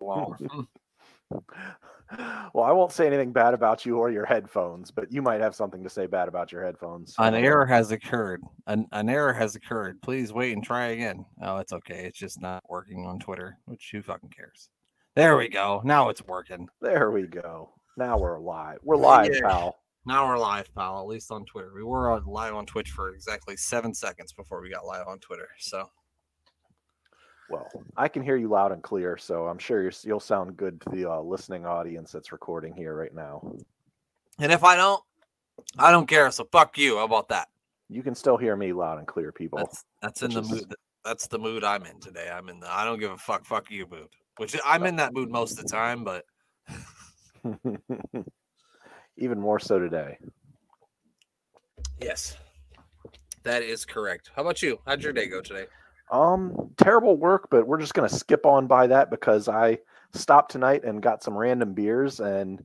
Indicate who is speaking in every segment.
Speaker 1: alone.
Speaker 2: well, I won't say anything bad about you or your headphones, but you might have something to say bad about your headphones.
Speaker 1: an error has occurred. An, an error has occurred. Please wait and try again. Oh, it's okay. It's just not working on Twitter, which who fucking cares? There we go. Now it's working.
Speaker 2: There we go. Now we're live. We're live,
Speaker 1: Yeah.
Speaker 2: pal.
Speaker 1: Now we're live, pal. At least on Twitter. We were on, live on Twitch for exactly seven seconds before we got live on Twitter. So
Speaker 2: Well, I can hear you loud and clear, so I'm sure you're, you'll sound good to the uh, listening audience that's recording here right now.
Speaker 1: And if I don't, I don't care. So fuck you. How about that?
Speaker 2: You can still hear me loud and clear, people.
Speaker 1: That's that's in
Speaker 2: Oh, which
Speaker 1: the
Speaker 2: is-
Speaker 1: mood. that- That's the mood I'm in today. I'm in the I don't give a fuck. Fuck you mood. Which I'm in that mood most of the time, but
Speaker 2: Even more so today.
Speaker 1: yes, that is correct. How about you? How'd your day go today?
Speaker 2: Um, terrible work, but we're just gonna skip on by that because I stopped tonight and got some random beers, and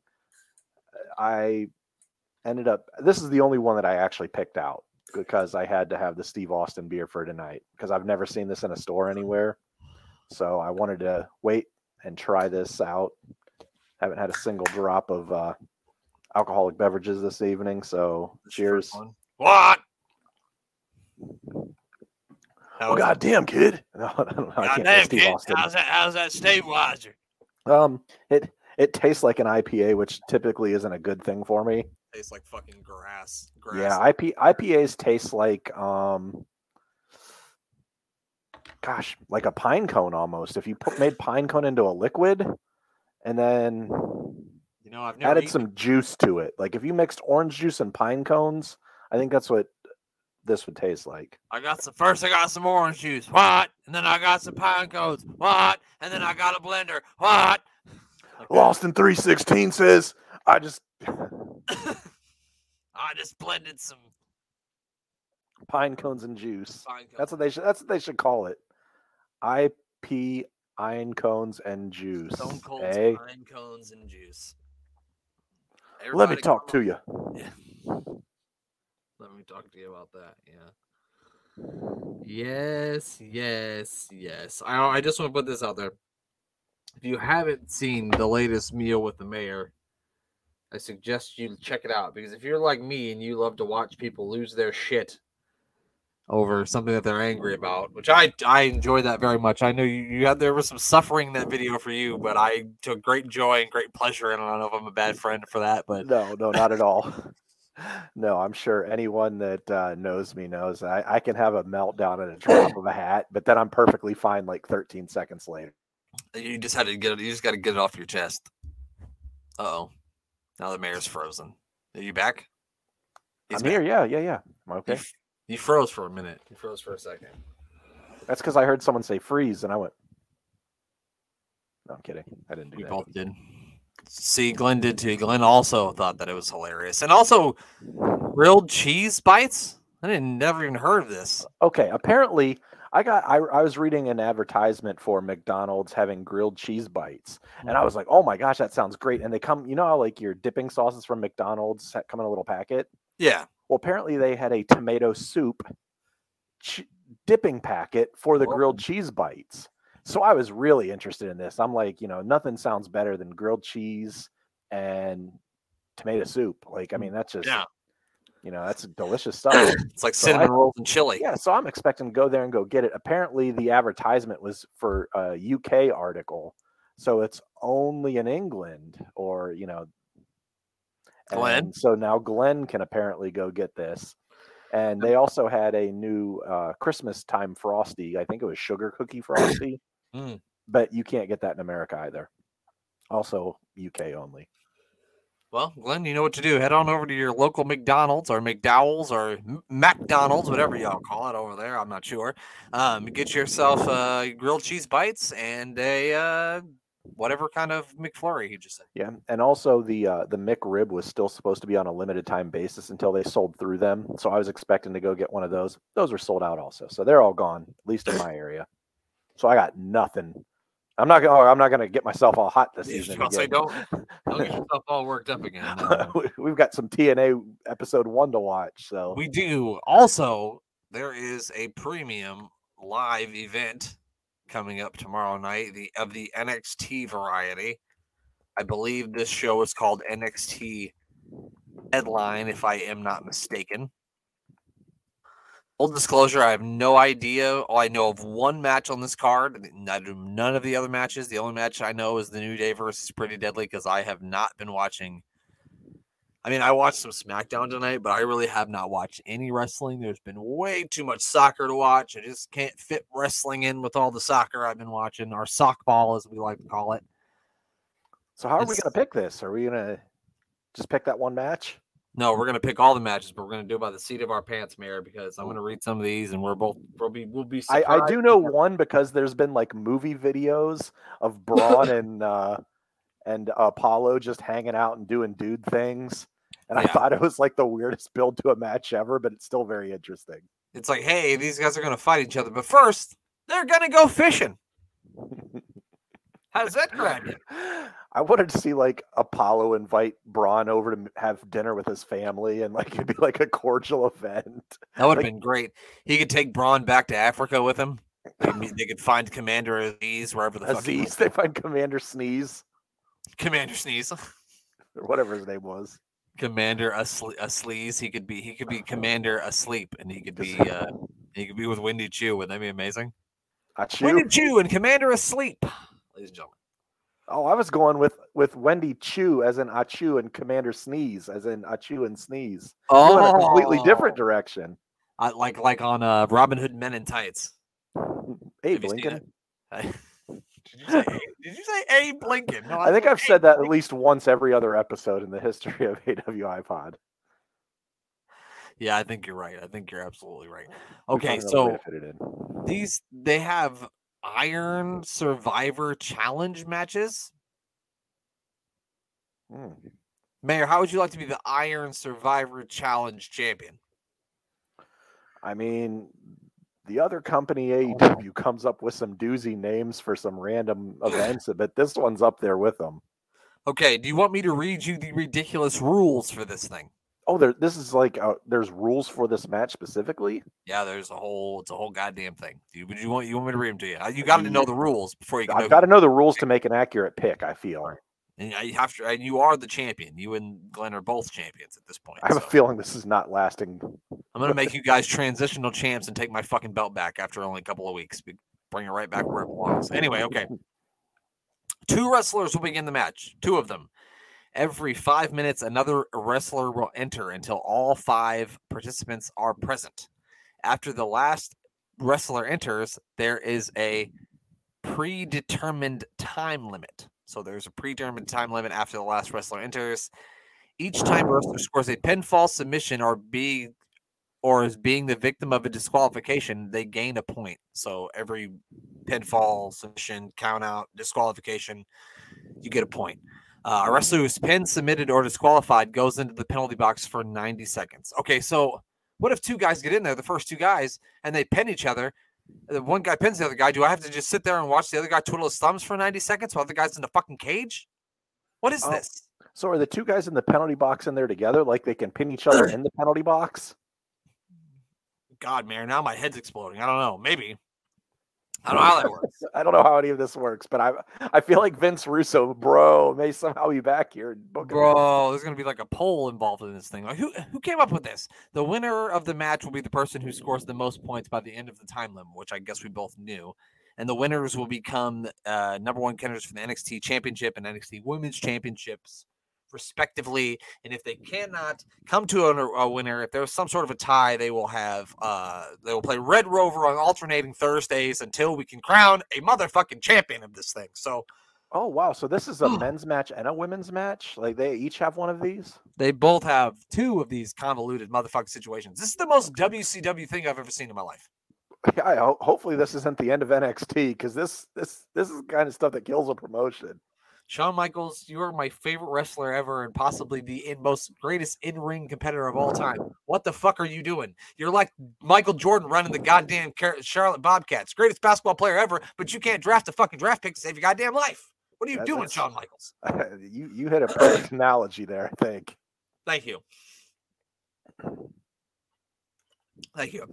Speaker 2: uh, I ended up. This is the only one that I actually picked out because I had to have the Steve Austin beer for tonight because I've never seen this in a store anywhere, so I wanted to wait and try this out. Haven't had a single drop of uh, alcoholic beverages this evening, so
Speaker 1: This your
Speaker 2: cheers.
Speaker 1: first one? What? How
Speaker 2: Oh
Speaker 1: was that?
Speaker 2: goddamn, kid! No, I don't know. I can't do
Speaker 1: Goddamn,
Speaker 2: Steve
Speaker 1: kid.
Speaker 2: Austin.
Speaker 1: How's that? How's that Steve Wiser?
Speaker 2: Um, it it tastes like an IPA, which typically isn't a good thing for me.
Speaker 1: Tastes like fucking grass. Grass.
Speaker 2: Yeah, IP IPAs taste like um, gosh, like a pine cone almost. If you put, made pine cone into a liquid, and then
Speaker 1: You know, I've never
Speaker 2: added
Speaker 1: eaten-
Speaker 2: some juice to it, like if you mixed orange juice and pine cones, I think that's what this would taste like.
Speaker 1: I got some first. I got some orange juice. What? And then I got some pine cones. What? And then I got a blender. What? Like that.
Speaker 2: Lost in three sixteen says, I just
Speaker 1: I just blended some
Speaker 2: pine cones and juice.
Speaker 1: pine cones.
Speaker 2: That's what they should. That's what they should call it. IP iron cones and juice.
Speaker 1: Stone cold
Speaker 2: eh?
Speaker 1: pine cones and juice.
Speaker 2: Let me
Speaker 1: Everybody
Speaker 2: talk
Speaker 1: come
Speaker 2: to you.
Speaker 1: up- Yeah. Let me talk to you about that. Yeah. Yes, yes, yes. I I just want to put this out there. If you haven't seen the latest meal with the mayor, I suggest you check it out because if you're like me and you love to watch people lose their shit over something that they're angry about, which I I enjoy that very much. I know you, you had there was some suffering in that video for you, but I took great joy and great pleasure in it. I don't know if I'm a bad friend for that, but
Speaker 2: No, no, not at all. No, I'm sure anyone that uh, knows me knows I, I can have a meltdown at a drop of a hat, but then I'm perfectly fine like 13 seconds later.
Speaker 1: you just had to get it you just gotta get it off your chest. Uh oh. Now the mayor's frozen. Are you back? He's
Speaker 2: I'm
Speaker 1: back.
Speaker 2: here. Yeah, yeah, yeah.
Speaker 1: You
Speaker 2: I'm okay.
Speaker 1: f- You froze for a minute. You froze for a second.
Speaker 2: That's because I heard someone say freeze and I went, no, I'm kidding. I didn't do
Speaker 1: We
Speaker 2: that.
Speaker 1: both did. See, Glenn did too. Glenn also thought that it was hilarious. And also grilled cheese bites. I didn't never even heard of this.
Speaker 2: Okay, apparently I got I, I was reading an advertisement for McDonald's having grilled cheese bites and I
Speaker 1: Mm-hmm.
Speaker 2: was like, "Oh my gosh, that sounds great." And they come, you know how like your dipping sauces from McDonald's ha- come in a little packet?
Speaker 1: Yeah.
Speaker 2: Well, apparently they had a tomato soup ch- dipping packet for the
Speaker 1: Whoa.
Speaker 2: grilled cheese bites. So I was really interested in this. I'm like, you know, nothing sounds better than grilled cheese and tomato soup. Like, I mean, that's just
Speaker 1: Mm, Yeah.
Speaker 2: you know, that's delicious stuff.
Speaker 1: It's like
Speaker 2: So I-
Speaker 1: cinnamon rolls and chili.
Speaker 2: Yeah, so I'm expecting to go there and go get it. Apparently, the advertisement was for a UK article, so it's only in England, or you know,
Speaker 1: Glenn?
Speaker 2: and So now Glenn can apparently go get this, and they also had a new uh, Christmas time frosty. I think it was sugar cookie frosty,
Speaker 1: Mm.
Speaker 2: but you can't get that in America either. Also, UK only.
Speaker 1: Well, Glenn, you know what to do. Head on over to your local McDonald's or McDowell's or M- McDonald's, whatever y'all call it over there. I'm not sure. Um, get yourself uh, grilled cheese bites and a uh, whatever kind of McFlurry he just said.
Speaker 2: Yeah, and also the uh, the Mick rib was still supposed to be on a limited time basis until they sold through them. So I was expecting to go get one of those. Those are sold out also, so they're all gone, at least in my area. So I got nothing. I'm not gonna. I'm not gonna get myself all hot this
Speaker 1: You
Speaker 2: evening.
Speaker 1: should say
Speaker 2: again.
Speaker 1: don't- Don't get yourself all worked up again. No.
Speaker 2: We- We've got some TNA episode one to watch. So
Speaker 1: We do. Also, there is a premium live event coming up tomorrow night the of the NXT variety. I believe this show is called NXT Headline, if I am not mistaken. Full disclosure, I have no idea. All I know of one match on this card, and none none of the other matches. The only match I know is the New Day versus Pretty Deadly because I have not been watching. I mean, I watched some SmackDown tonight, but I really have not watched any wrestling. There's been way too much soccer to watch. I just can't fit wrestling in with all the soccer I've been watching, or sockball as we like to call it.
Speaker 2: So how are we
Speaker 1: It's-
Speaker 2: going to pick this? Are we going to just pick that one match?
Speaker 1: No, we're gonna pick all the matches, but we're gonna do it by the seat of our pants, Mayor, because I'm gonna read some of these, and we're both we'll be we'll be.
Speaker 2: I, I
Speaker 1: surprised.
Speaker 2: do know one because there's been like movie videos of Braun and uh, and Apollo just hanging out and doing dude things, and I
Speaker 1: Yeah.
Speaker 2: thought it was like the weirdest build to a match ever, but it's still very interesting.
Speaker 1: It's like, hey, these guys are gonna fight each other, but first they're gonna go fishing. How does that grab you?
Speaker 2: I wanted to see like Apollo invite Braun over to m- have dinner with his family, and like it'd be like a cordial event.
Speaker 1: That would have
Speaker 2: Like-
Speaker 1: been great. He could take Braun back to Africa with him. I mean, they could find Commander Aziz wherever the fuck he
Speaker 2: Aziz,
Speaker 1: was.
Speaker 2: they find Commander Sneeze
Speaker 1: Commander Sneeze,
Speaker 2: or whatever his name was.
Speaker 1: Commander Asle- Asleeze. He could be he could be Commander Asleep, and he could be
Speaker 2: Uh-huh. Just-
Speaker 1: uh, he could be with Wendy Chu. Wouldn't that be amazing?
Speaker 2: Achoo.
Speaker 1: Wendy Chu and Commander Asleep, ladies and gentlemen.
Speaker 2: Oh, I was going with with Wendy Chu as in Achu and Commander Sneeze as in Achu and Sneeze. You went a completely different direction.
Speaker 1: Oh, I, like like on uh, Robin Hood Men in Tights.
Speaker 2: Abe
Speaker 1: Have you seen
Speaker 2: Lincoln.
Speaker 1: it? I- did you say Abe- did you say Abe Lincoln? No,
Speaker 2: I think
Speaker 1: said
Speaker 2: I've said
Speaker 1: Abe
Speaker 2: that at
Speaker 1: Lincoln.
Speaker 2: least once every other episode in the history of AW iPod.
Speaker 1: Yeah, I think you're right. I think you're absolutely right.
Speaker 2: We
Speaker 1: Okay,
Speaker 2: found another way
Speaker 1: so
Speaker 2: to fit it in.
Speaker 1: these they have Iron Survivor Challenge matches.
Speaker 2: Hmm.
Speaker 1: Mayor, how would you like to be the Iron Survivor Challenge champion?
Speaker 2: I mean, the other company AEW comes up with some doozy names for some random events, but this one's up there with them.
Speaker 1: Okay, do you want me to read you the ridiculous rules for this thing?
Speaker 2: Oh, there. This is like uh there's rules for this match specifically.
Speaker 1: Yeah, there's a whole it's a whole goddamn thing. Do you, would you want you want me to read them to you? Uh, You got to know the rules before you can. know
Speaker 2: I've
Speaker 1: who-
Speaker 2: got to know the rules to make an accurate pick. I feel.
Speaker 1: And I have to, and you are the champion. You and Glenn are both champions at this point.
Speaker 2: I have a
Speaker 1: so
Speaker 2: feeling this is not lasting.
Speaker 1: I'm gonna make you guys transitional champs and take my fucking belt back after only a couple of weeks. Be- Bring it right back where it belongs. Anyway, okay. Two wrestlers will begin the match. Two of them. Every five minutes, another wrestler will enter until all five participants are present. After the last wrestler enters, there is a predetermined time limit. So there's a predetermined time limit after the last wrestler enters. Each time a wrestler scores a pinfall submission or be or is being the victim of a disqualification, they gain a point. So every pinfall, submission, count out, disqualification, you get a point. Uh, a wrestler who's pinned, submitted, or disqualified goes into the penalty box for 90 seconds. Okay, so what if two guys get in there, the first two guys, and they pin each other? The one guy pins the other guy. Do I have to just sit there and watch the other guy twiddle his thumbs for 90 seconds while the guy's in the fucking cage? What is
Speaker 2: Oh.
Speaker 1: this?
Speaker 2: So are the two guys in the penalty box in there together? Like they can pin each other in the penalty box?
Speaker 1: God, Mayor, now my head's exploding. I don't know. Maybe. I don't know how that works.
Speaker 2: I don't know how any of this works, but I I feel like Vince Russo, bro, may somehow be back here. and book us.
Speaker 1: Bro, there's gonna be like a poll involved in this thing. Like, who who came up with this? The winner of the match will be the person who scores the most points by the end of the time limit, which I guess we both knew. And the winners will become uh, number one contenders for the NXT Championship and NXT Women's Championships, respectively. And if they cannot come to a, a winner, if there's some sort of a tie, they will have uh, they will play Red Rover on alternating Thursdays until we can crown a motherfucking champion of this thing. So
Speaker 2: Oh wow! So this is a men's match and a women's match. Like they each have one of these.
Speaker 1: They both have two of these convoluted motherfucking situations. This is the most WCW thing I've ever seen in my life.
Speaker 2: Yeah, I ho- hopefully this isn't the end of NXT because this this this is the kind of stuff that kills a promotion.
Speaker 1: Shawn Michaels, you are my favorite wrestler ever and possibly the in most greatest in ring competitor of all time. What the fuck are you doing? You're like Michael Jordan running the goddamn Car- Charlotte Bobcats, greatest basketball player ever, but you can't draft a fucking draft pick to save your goddamn life. What are you
Speaker 2: Yeah,
Speaker 1: doing,
Speaker 2: that's-
Speaker 1: Shawn Michaels?
Speaker 2: you you hit a perfect analogy there. I think.
Speaker 1: Thank you. Thank you.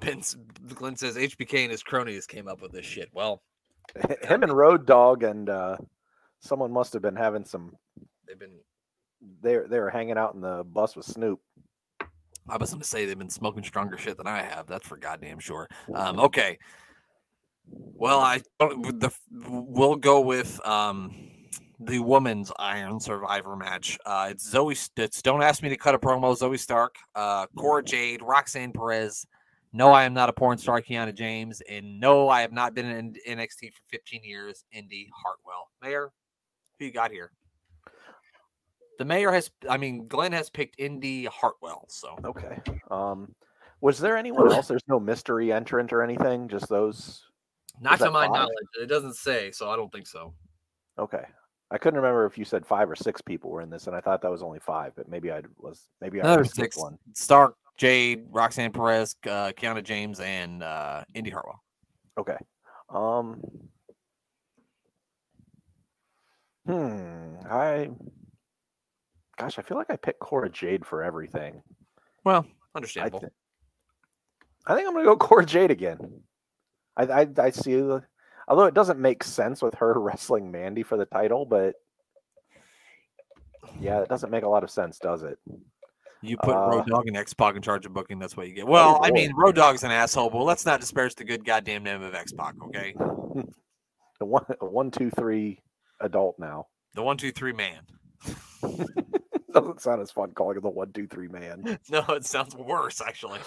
Speaker 1: Vince Glenn says HBK and his cronies came up with this shit. Well,
Speaker 2: Him and Road Dog and uh, someone must have been having some.
Speaker 1: they've been.
Speaker 2: They are they were hanging out in the bus with Snoop.
Speaker 1: I was going to say they've been smoking stronger shit than I have. That's for goddamn sure. Um, okay. Well, I don't- the we'll go with um, the woman's Iron Survivor match. Uh, it's Zoe. S- It's don't ask me to cut a promo. Zoe Stark, uh, Cora Jade, Roxanne Perez. No, I am not a porn star, Kiana James, and no, I have not been in NXT for 15 years. Indy Hartwell, Mayor, who you got here? The mayor has, I mean, Glenn has picked Indy Hartwell. So
Speaker 2: Okay. Um, was there anyone else? There's no mystery entrant or anything. Just those.
Speaker 1: Not
Speaker 2: Was
Speaker 1: to
Speaker 2: that
Speaker 1: my
Speaker 2: five?
Speaker 1: knowledge. It doesn't say, so I don't think so.
Speaker 2: Okay. I couldn't remember if you said five or six people were in this, and I thought that was only five, but maybe I was maybe I
Speaker 1: No, there's
Speaker 2: missed
Speaker 1: six.
Speaker 2: one.
Speaker 1: Stark, Jade, Roxanne Perez, uh, Kiana James, and uh, Indy Hartwell.
Speaker 2: Okay. Um. Hmm. I. Gosh, I feel like I picked Cora Jade for everything.
Speaker 1: Well,
Speaker 2: I,
Speaker 1: understandable.
Speaker 2: thi- I think I'm gonna go Cora Jade again. I, I I see the. Although it doesn't make sense with her wrestling Mandy for the title, but yeah, it doesn't make a lot of sense, does it?
Speaker 1: you put
Speaker 2: uh, Oh,
Speaker 1: Road Dog and X Pac in charge of booking. That's what you get. Well, I
Speaker 2: boy.
Speaker 1: mean, Road Dog's an asshole, but let's not disparage the good goddamn name of X Pac. Okay,
Speaker 2: The one, a one, two, three adult now
Speaker 1: the one, two, three man.
Speaker 2: doesn't sound as fun calling it the one, two, three man.
Speaker 1: No, it sounds worse actually.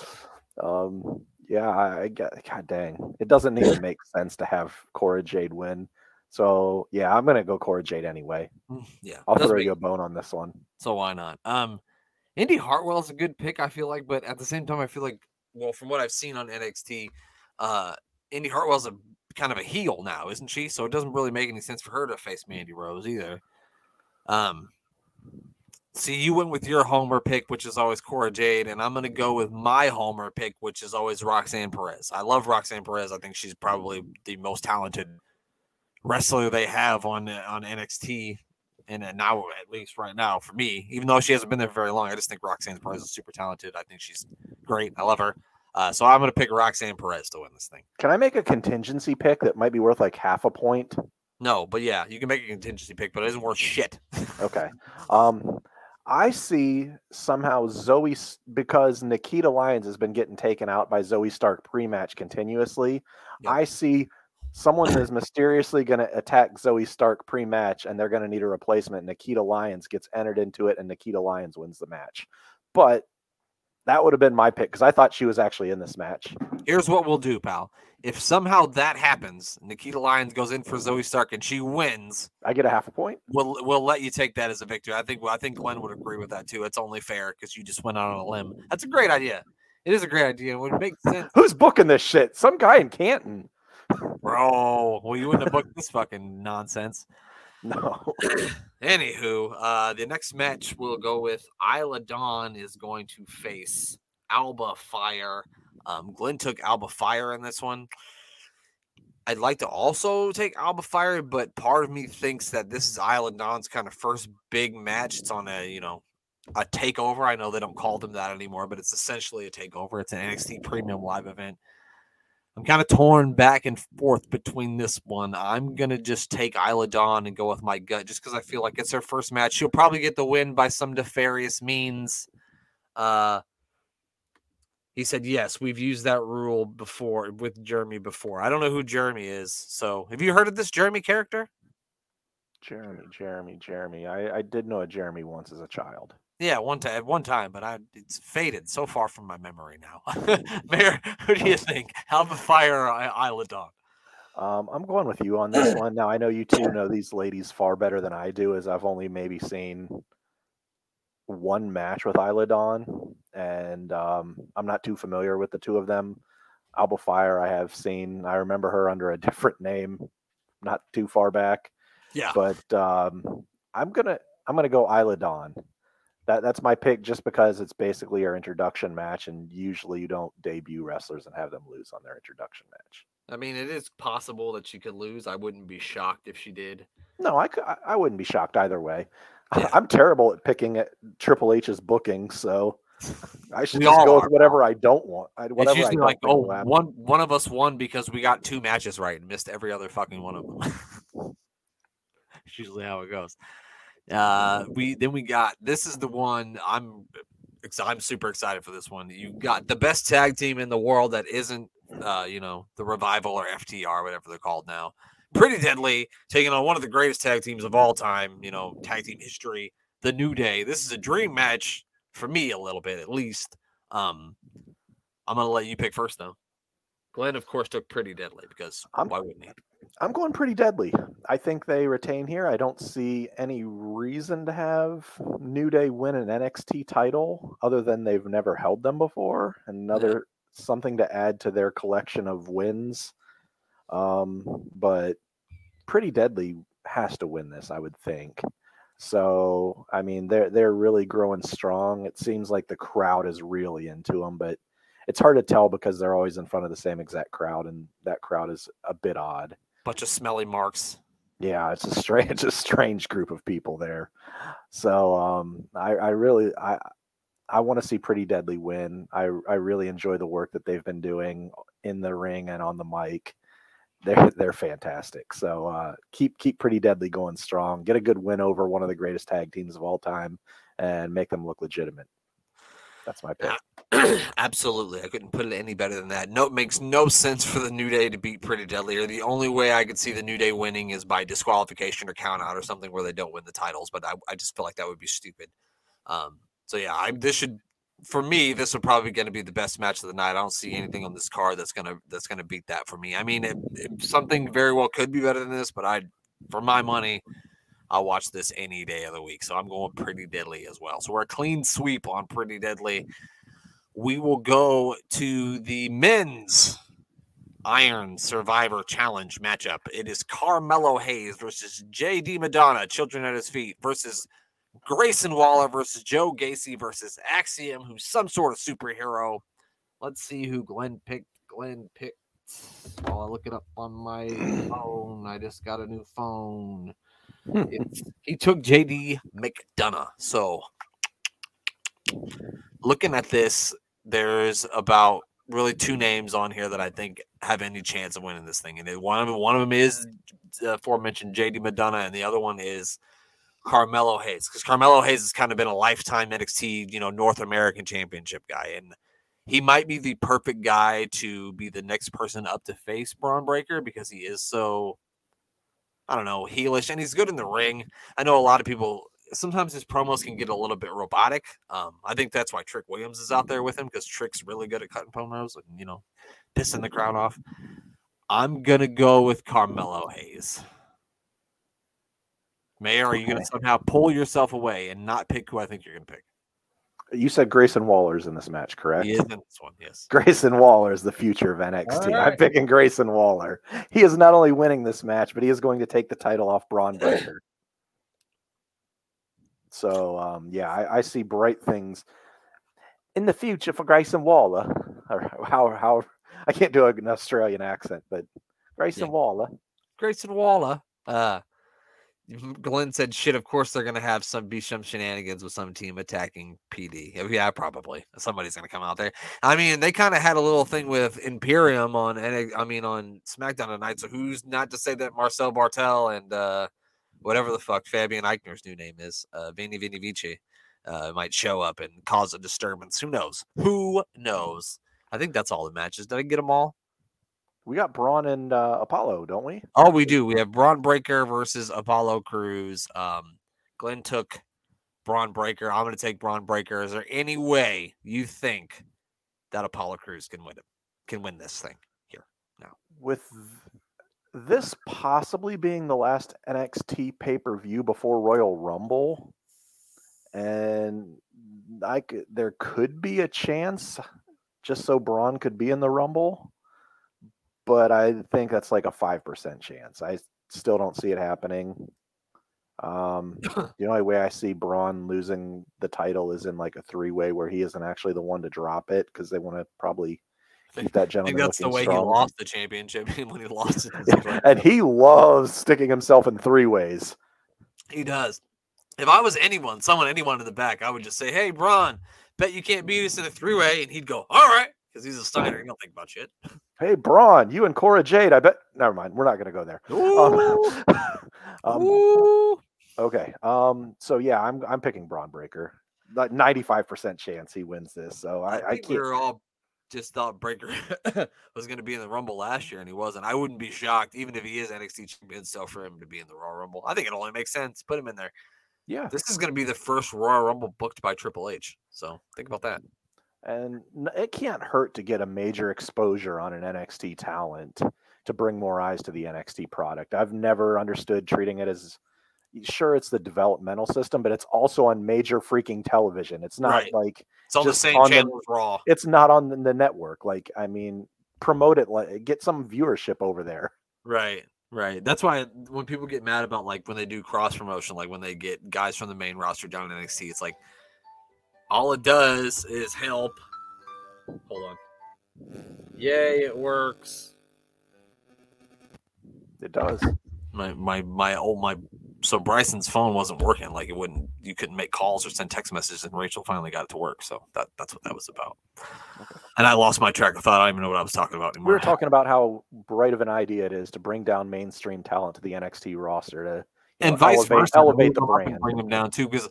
Speaker 2: Um, yeah, I, I get. God dang, it doesn't even make sense to have Cora Jade win. So yeah, I'm gonna go Cora Jade anyway.
Speaker 1: Mm, Yeah,
Speaker 2: I'll
Speaker 1: doesn't
Speaker 2: throw
Speaker 1: make-
Speaker 2: you a bone on this one.
Speaker 1: So why not? Um, Indy Hartwell's a good pick, I feel like, but at the same time, I feel like, well, from what I've seen on NXT, uh, Indy Hartwell's a kind of a heel now, isn't she? So it doesn't really make any sense for her to face Mandy Rose either. Um, see, you went with your homer pick, which is always Cora Jade, and I'm going to go with my homer pick, which is always Roxanne Perez. I love Roxanne Perez. I think she's probably the most talented wrestler they have on uh, on NXT and uh, now at least right now for me, even though she hasn't been there very long, I just think Roxanne Perez is super talented. I think she's great. I love her. Uh, so I'm going to pick Roxanne Perez to win this thing.
Speaker 2: Can I make a contingency pick that might be worth like half a point?
Speaker 1: No, but yeah, you can make a contingency pick, but it isn't worth shit.
Speaker 2: Okay. Um, I see somehow Zoe S- because Nikita Lyons has been getting taken out by Zoe Stark pre-match continuously.
Speaker 1: Yep.
Speaker 2: I see someone is mysteriously going to attack Zoe Stark pre-match, and they're going to need a replacement. Nikita Lyons gets entered into it, and Nikita Lyons wins the match. But that would have been my pick because I thought she was actually in this match.
Speaker 1: Here's what we'll do, pal. If somehow that happens, Nikita Lyons goes in for Zoe Stark and she wins,
Speaker 2: I get a half a point.
Speaker 1: we'll we'll let you take that as a victory. I think well, I think Glenn would agree with that too. It's only fair because you just went out on a limb. That's a great idea. It is a great idea. It would make sense.
Speaker 2: Who's booking this shit? Some guy in Canton.
Speaker 1: Bro, well, you wouldn't have booked this fucking nonsense.
Speaker 2: No.
Speaker 1: Anywho, uh, the next match we'll go with Isla Dawn is going to face Alba Fire. Um, Glenn took Alba Fire in this one. I'd like to also take Alba Fire, but part of me thinks that this is Isla Dawn's kind of first big match. It's on a you know a takeover. I know they don't call them that anymore, but it's essentially a takeover. It's an NXT Premium Live event. I'm kind of torn back and forth between this one. I'm gonna just take Isla Dawn and go with my gut, just because I feel like it's her first match. She'll probably get the win by some nefarious means. Uh, he said, "Yes, we've used that rule before with Jeremy before. I don't know who Jeremy is. So, have you heard of this Jeremy character?
Speaker 2: Jeremy, Jeremy, Jeremy. I, I did know a Jeremy once as a child.
Speaker 1: Yeah, one time, at one time, but I it's faded so far from my memory now. Mayor, who do you think? Alba Fire or I- Isla Dawn?
Speaker 2: Um, I'm going with you on this one. Now I know you two know these ladies far better than I do, as I've only maybe seen one match with Isla Dawn, and um, I'm not too familiar with the two of them. Alba Fire, I have seen. I remember her under a different name, not too far back.
Speaker 1: Yeah,
Speaker 2: but um, I'm gonna I'm gonna go Isla Dawn. That that's my pick, just because it's basically our introduction match, and usually you don't debut wrestlers and have them lose on their introduction match.
Speaker 1: I mean, it is possible that she could lose. I wouldn't be shocked if she did.
Speaker 2: No, I cou- I, I wouldn't be shocked either way.
Speaker 1: Yeah.
Speaker 2: I'm terrible at picking at Triple H's booking, so I should
Speaker 1: We
Speaker 2: just
Speaker 1: all
Speaker 2: go
Speaker 1: are.
Speaker 2: with whatever I don't want. I, whatever
Speaker 1: it's usually
Speaker 2: I don't
Speaker 1: like,
Speaker 2: think
Speaker 1: oh,
Speaker 2: will happen.
Speaker 1: one one of us won because we got two matches right and missed every other fucking one of them. it's usually how it goes. Uh, we then we got this is the one I'm ex- I'm super excited for this one. You got the best tag team in the world that isn't uh, you know the revival or FTR whatever they're called now. Pretty deadly taking on one of the greatest tag teams of all time. You know tag team history, the New Day. This is a dream match for me a little bit at least. Um, I'm gonna let you pick first though. Glenn, of course, took pretty deadly because
Speaker 2: I'm-
Speaker 1: why wouldn't he?
Speaker 2: I'm going pretty deadly. I think they retain here. I don't see any reason to have New Day win an NXT title other than they've never held them before. Another something to add to their collection of wins. Um, but pretty deadly has to win this, I would think. So I mean, they're they're really growing strong. It seems like the crowd is really into them, but it's hard to tell because they're always in front of the same exact crowd, and that crowd is a bit odd.
Speaker 1: Bunch of smelly marks.
Speaker 2: Yeah, it's a strange, it's a strange group of people there. So um, I, I really, I, I want to see Pretty Deadly win. I, I really enjoy the work that they've been doing in the ring and on the mic. They're they're fantastic. So uh, keep keep Pretty Deadly going strong. Get a good win over one of the greatest tag teams of all time, and make them look legitimate. That's my pick.
Speaker 1: Yeah. Absolutely, I couldn't put it any better than that. No, it makes no sense for the New Day to beat Pretty Deadly. Or the only way I could see the New Day winning is by disqualification or count out or something where they don't win the titles. But I, I just feel like that would be stupid. Um, so yeah, I, this should, for me, this would probably going to be the best match of the night. I don't see anything on this card that's gonna that's gonna beat that for me. I mean, it, it- something very well could be better than this, but I, for my money, I'll watch this any day of the week. So I'm going Pretty Deadly as well. So we're a clean sweep on Pretty Deadly we will go to the men's Iron Survivor Challenge matchup. It is Carmelo Hayes versus JD Madonna, Children at His Feet, versus Grayson Waller versus Joe Gacy versus Axiom, who's some sort of superhero. Let's see who Glenn picked. Glenn picked. While I look it up on my phone, I just got a new phone. It's- he took JD McDonough. So looking at this, there's about really two names on here that I think have any chance of winning this thing. And it, one of one of them is the aforementioned JD Madonna, and the other one is Carmelo Hayes because Carmelo Hayes has kind of been a lifetime NXT, you know, North American Championship guy, and he might be the perfect guy to be the next person up to face Braun Breaker because he is so. I don't know, heelish, and he's good in the ring. I know a lot of people sometimes his promos can get a little bit robotic. Um, I think that's why Trick Williams is out there with him because Trick's really good at cutting promos and you know pissing the crowd off. I'm gonna go with Carmelo Hayes. Mayor, are you gonna
Speaker 2: Okay.
Speaker 1: somehow pull yourself away and not pick who I think you're gonna pick?
Speaker 2: You said Grayson Waller's in this match, correct?
Speaker 1: He is in this one, yes.
Speaker 2: Grayson Waller is the future of NXT.
Speaker 1: All
Speaker 2: I'm
Speaker 1: right.
Speaker 2: picking Grayson Waller. He is not only winning this match, but he is going to take the title off Braun Breaker. so, um, yeah, I, I see bright things in the future for Grayson Waller. Or how, how I can't do an Australian accent, but Grayson
Speaker 1: Yeah.
Speaker 2: Waller.
Speaker 1: Grayson Waller. Uh, Glenn said, "Shit, of course they're gonna have some be some shenanigans with some team attacking PD. Oh, Yeah, probably somebody's gonna come out there. I mean, they kind of had a little thing with Imperium on, NA I mean, on SmackDown tonight. So who's not to say that Marcel Bartel and uh, whatever the fuck Fabian Eichner's new name is, uh, Vinny Vinny Vici, uh, might show up and cause a disturbance. Who knows? Who knows? I think that's all the matches. Did I get them all?
Speaker 2: We got Braun and uh, Apollo, don't we?
Speaker 1: Oh, we do. We have Braun Breaker versus Apollo Cruz. Um, Glenn took Braun Breaker. I'm going to take Braun Breaker. Is there any way you think that Apollo Cruz can win it? Can win this thing?
Speaker 2: with th- this possibly being the last NXT pay per view before Royal Rumble, and I could, there could be a chance just so Braun could be in the Rumble, but I think that's like a five percent chance. I still don't see it happening. Um, the only way I see Braun losing the title is in like a three way where he isn't actually the one to drop it because they want to probably
Speaker 1: think-
Speaker 2: keep that
Speaker 1: I
Speaker 2: gentleman.
Speaker 1: think that's the
Speaker 2: looking
Speaker 1: way
Speaker 2: strong.
Speaker 1: he lost the championship when he lost it.
Speaker 2: Yeah,
Speaker 1: That's what-
Speaker 2: and he loves sticking himself in three ways.
Speaker 1: He does. If I was anyone, someone, anyone in the back, I would just say, "Hey, Braun, bet you can't beat us in a three way. And he'd go, all right, because he's a Steiner. He don't think about shit.
Speaker 2: Hey, Braun, you and Cora Jade. I bet. Never mind. We're not going to go there.
Speaker 1: Ooh,
Speaker 2: Um,
Speaker 1: ooh.
Speaker 2: Okay. Um. So yeah, I'm I'm picking Braun Breaker. Like 95% chance he wins this. So I, I,
Speaker 1: think we
Speaker 2: can't.
Speaker 1: were all just thought Breaker was going to be in the Rumble last year, and he wasn't. I wouldn't be shocked, even if he is NXT champion, so for him to be in the Raw Rumble, I think it only makes sense. Put him in there.
Speaker 2: Yeah.
Speaker 1: This is going to be the first Royal Rumble booked by Triple H. So think about that.
Speaker 2: And n- it can't hurt to get a major exposure on an NXT talent to bring more eyes to the NXT product. I've never understood treating it as sure it's the developmental system, but it's also on major freaking television. It's not
Speaker 1: Right.
Speaker 2: like
Speaker 1: It's on
Speaker 2: Just
Speaker 1: the same
Speaker 2: on the-
Speaker 1: channel as Raw.
Speaker 2: it's not on the- the network. Like, I mean, promote it, like get some viewership over there.
Speaker 1: Right, right. That's why when people get mad about like when they do cross promotion, like when they get guys from the main roster down to NXT, it's like all it does is help. Hold on.
Speaker 3: Yay, it works.
Speaker 2: It
Speaker 1: Oh
Speaker 2: does.
Speaker 1: My my my old my so Bryson's phone wasn't working. Like it wouldn't you couldn't make calls or send text messages and Rachel finally got it to work. So that that's what that was about. And I lost my track of thought. I don't even know what I was talking about
Speaker 2: We
Speaker 1: anymore.
Speaker 2: were talking about how bright of an idea it is to bring down mainstream talent to the NXT roster to you
Speaker 1: and
Speaker 2: know,
Speaker 1: vice
Speaker 2: elevate,
Speaker 1: versa.
Speaker 2: elevate the
Speaker 1: Move them up and
Speaker 2: brand.
Speaker 1: Bring them down too because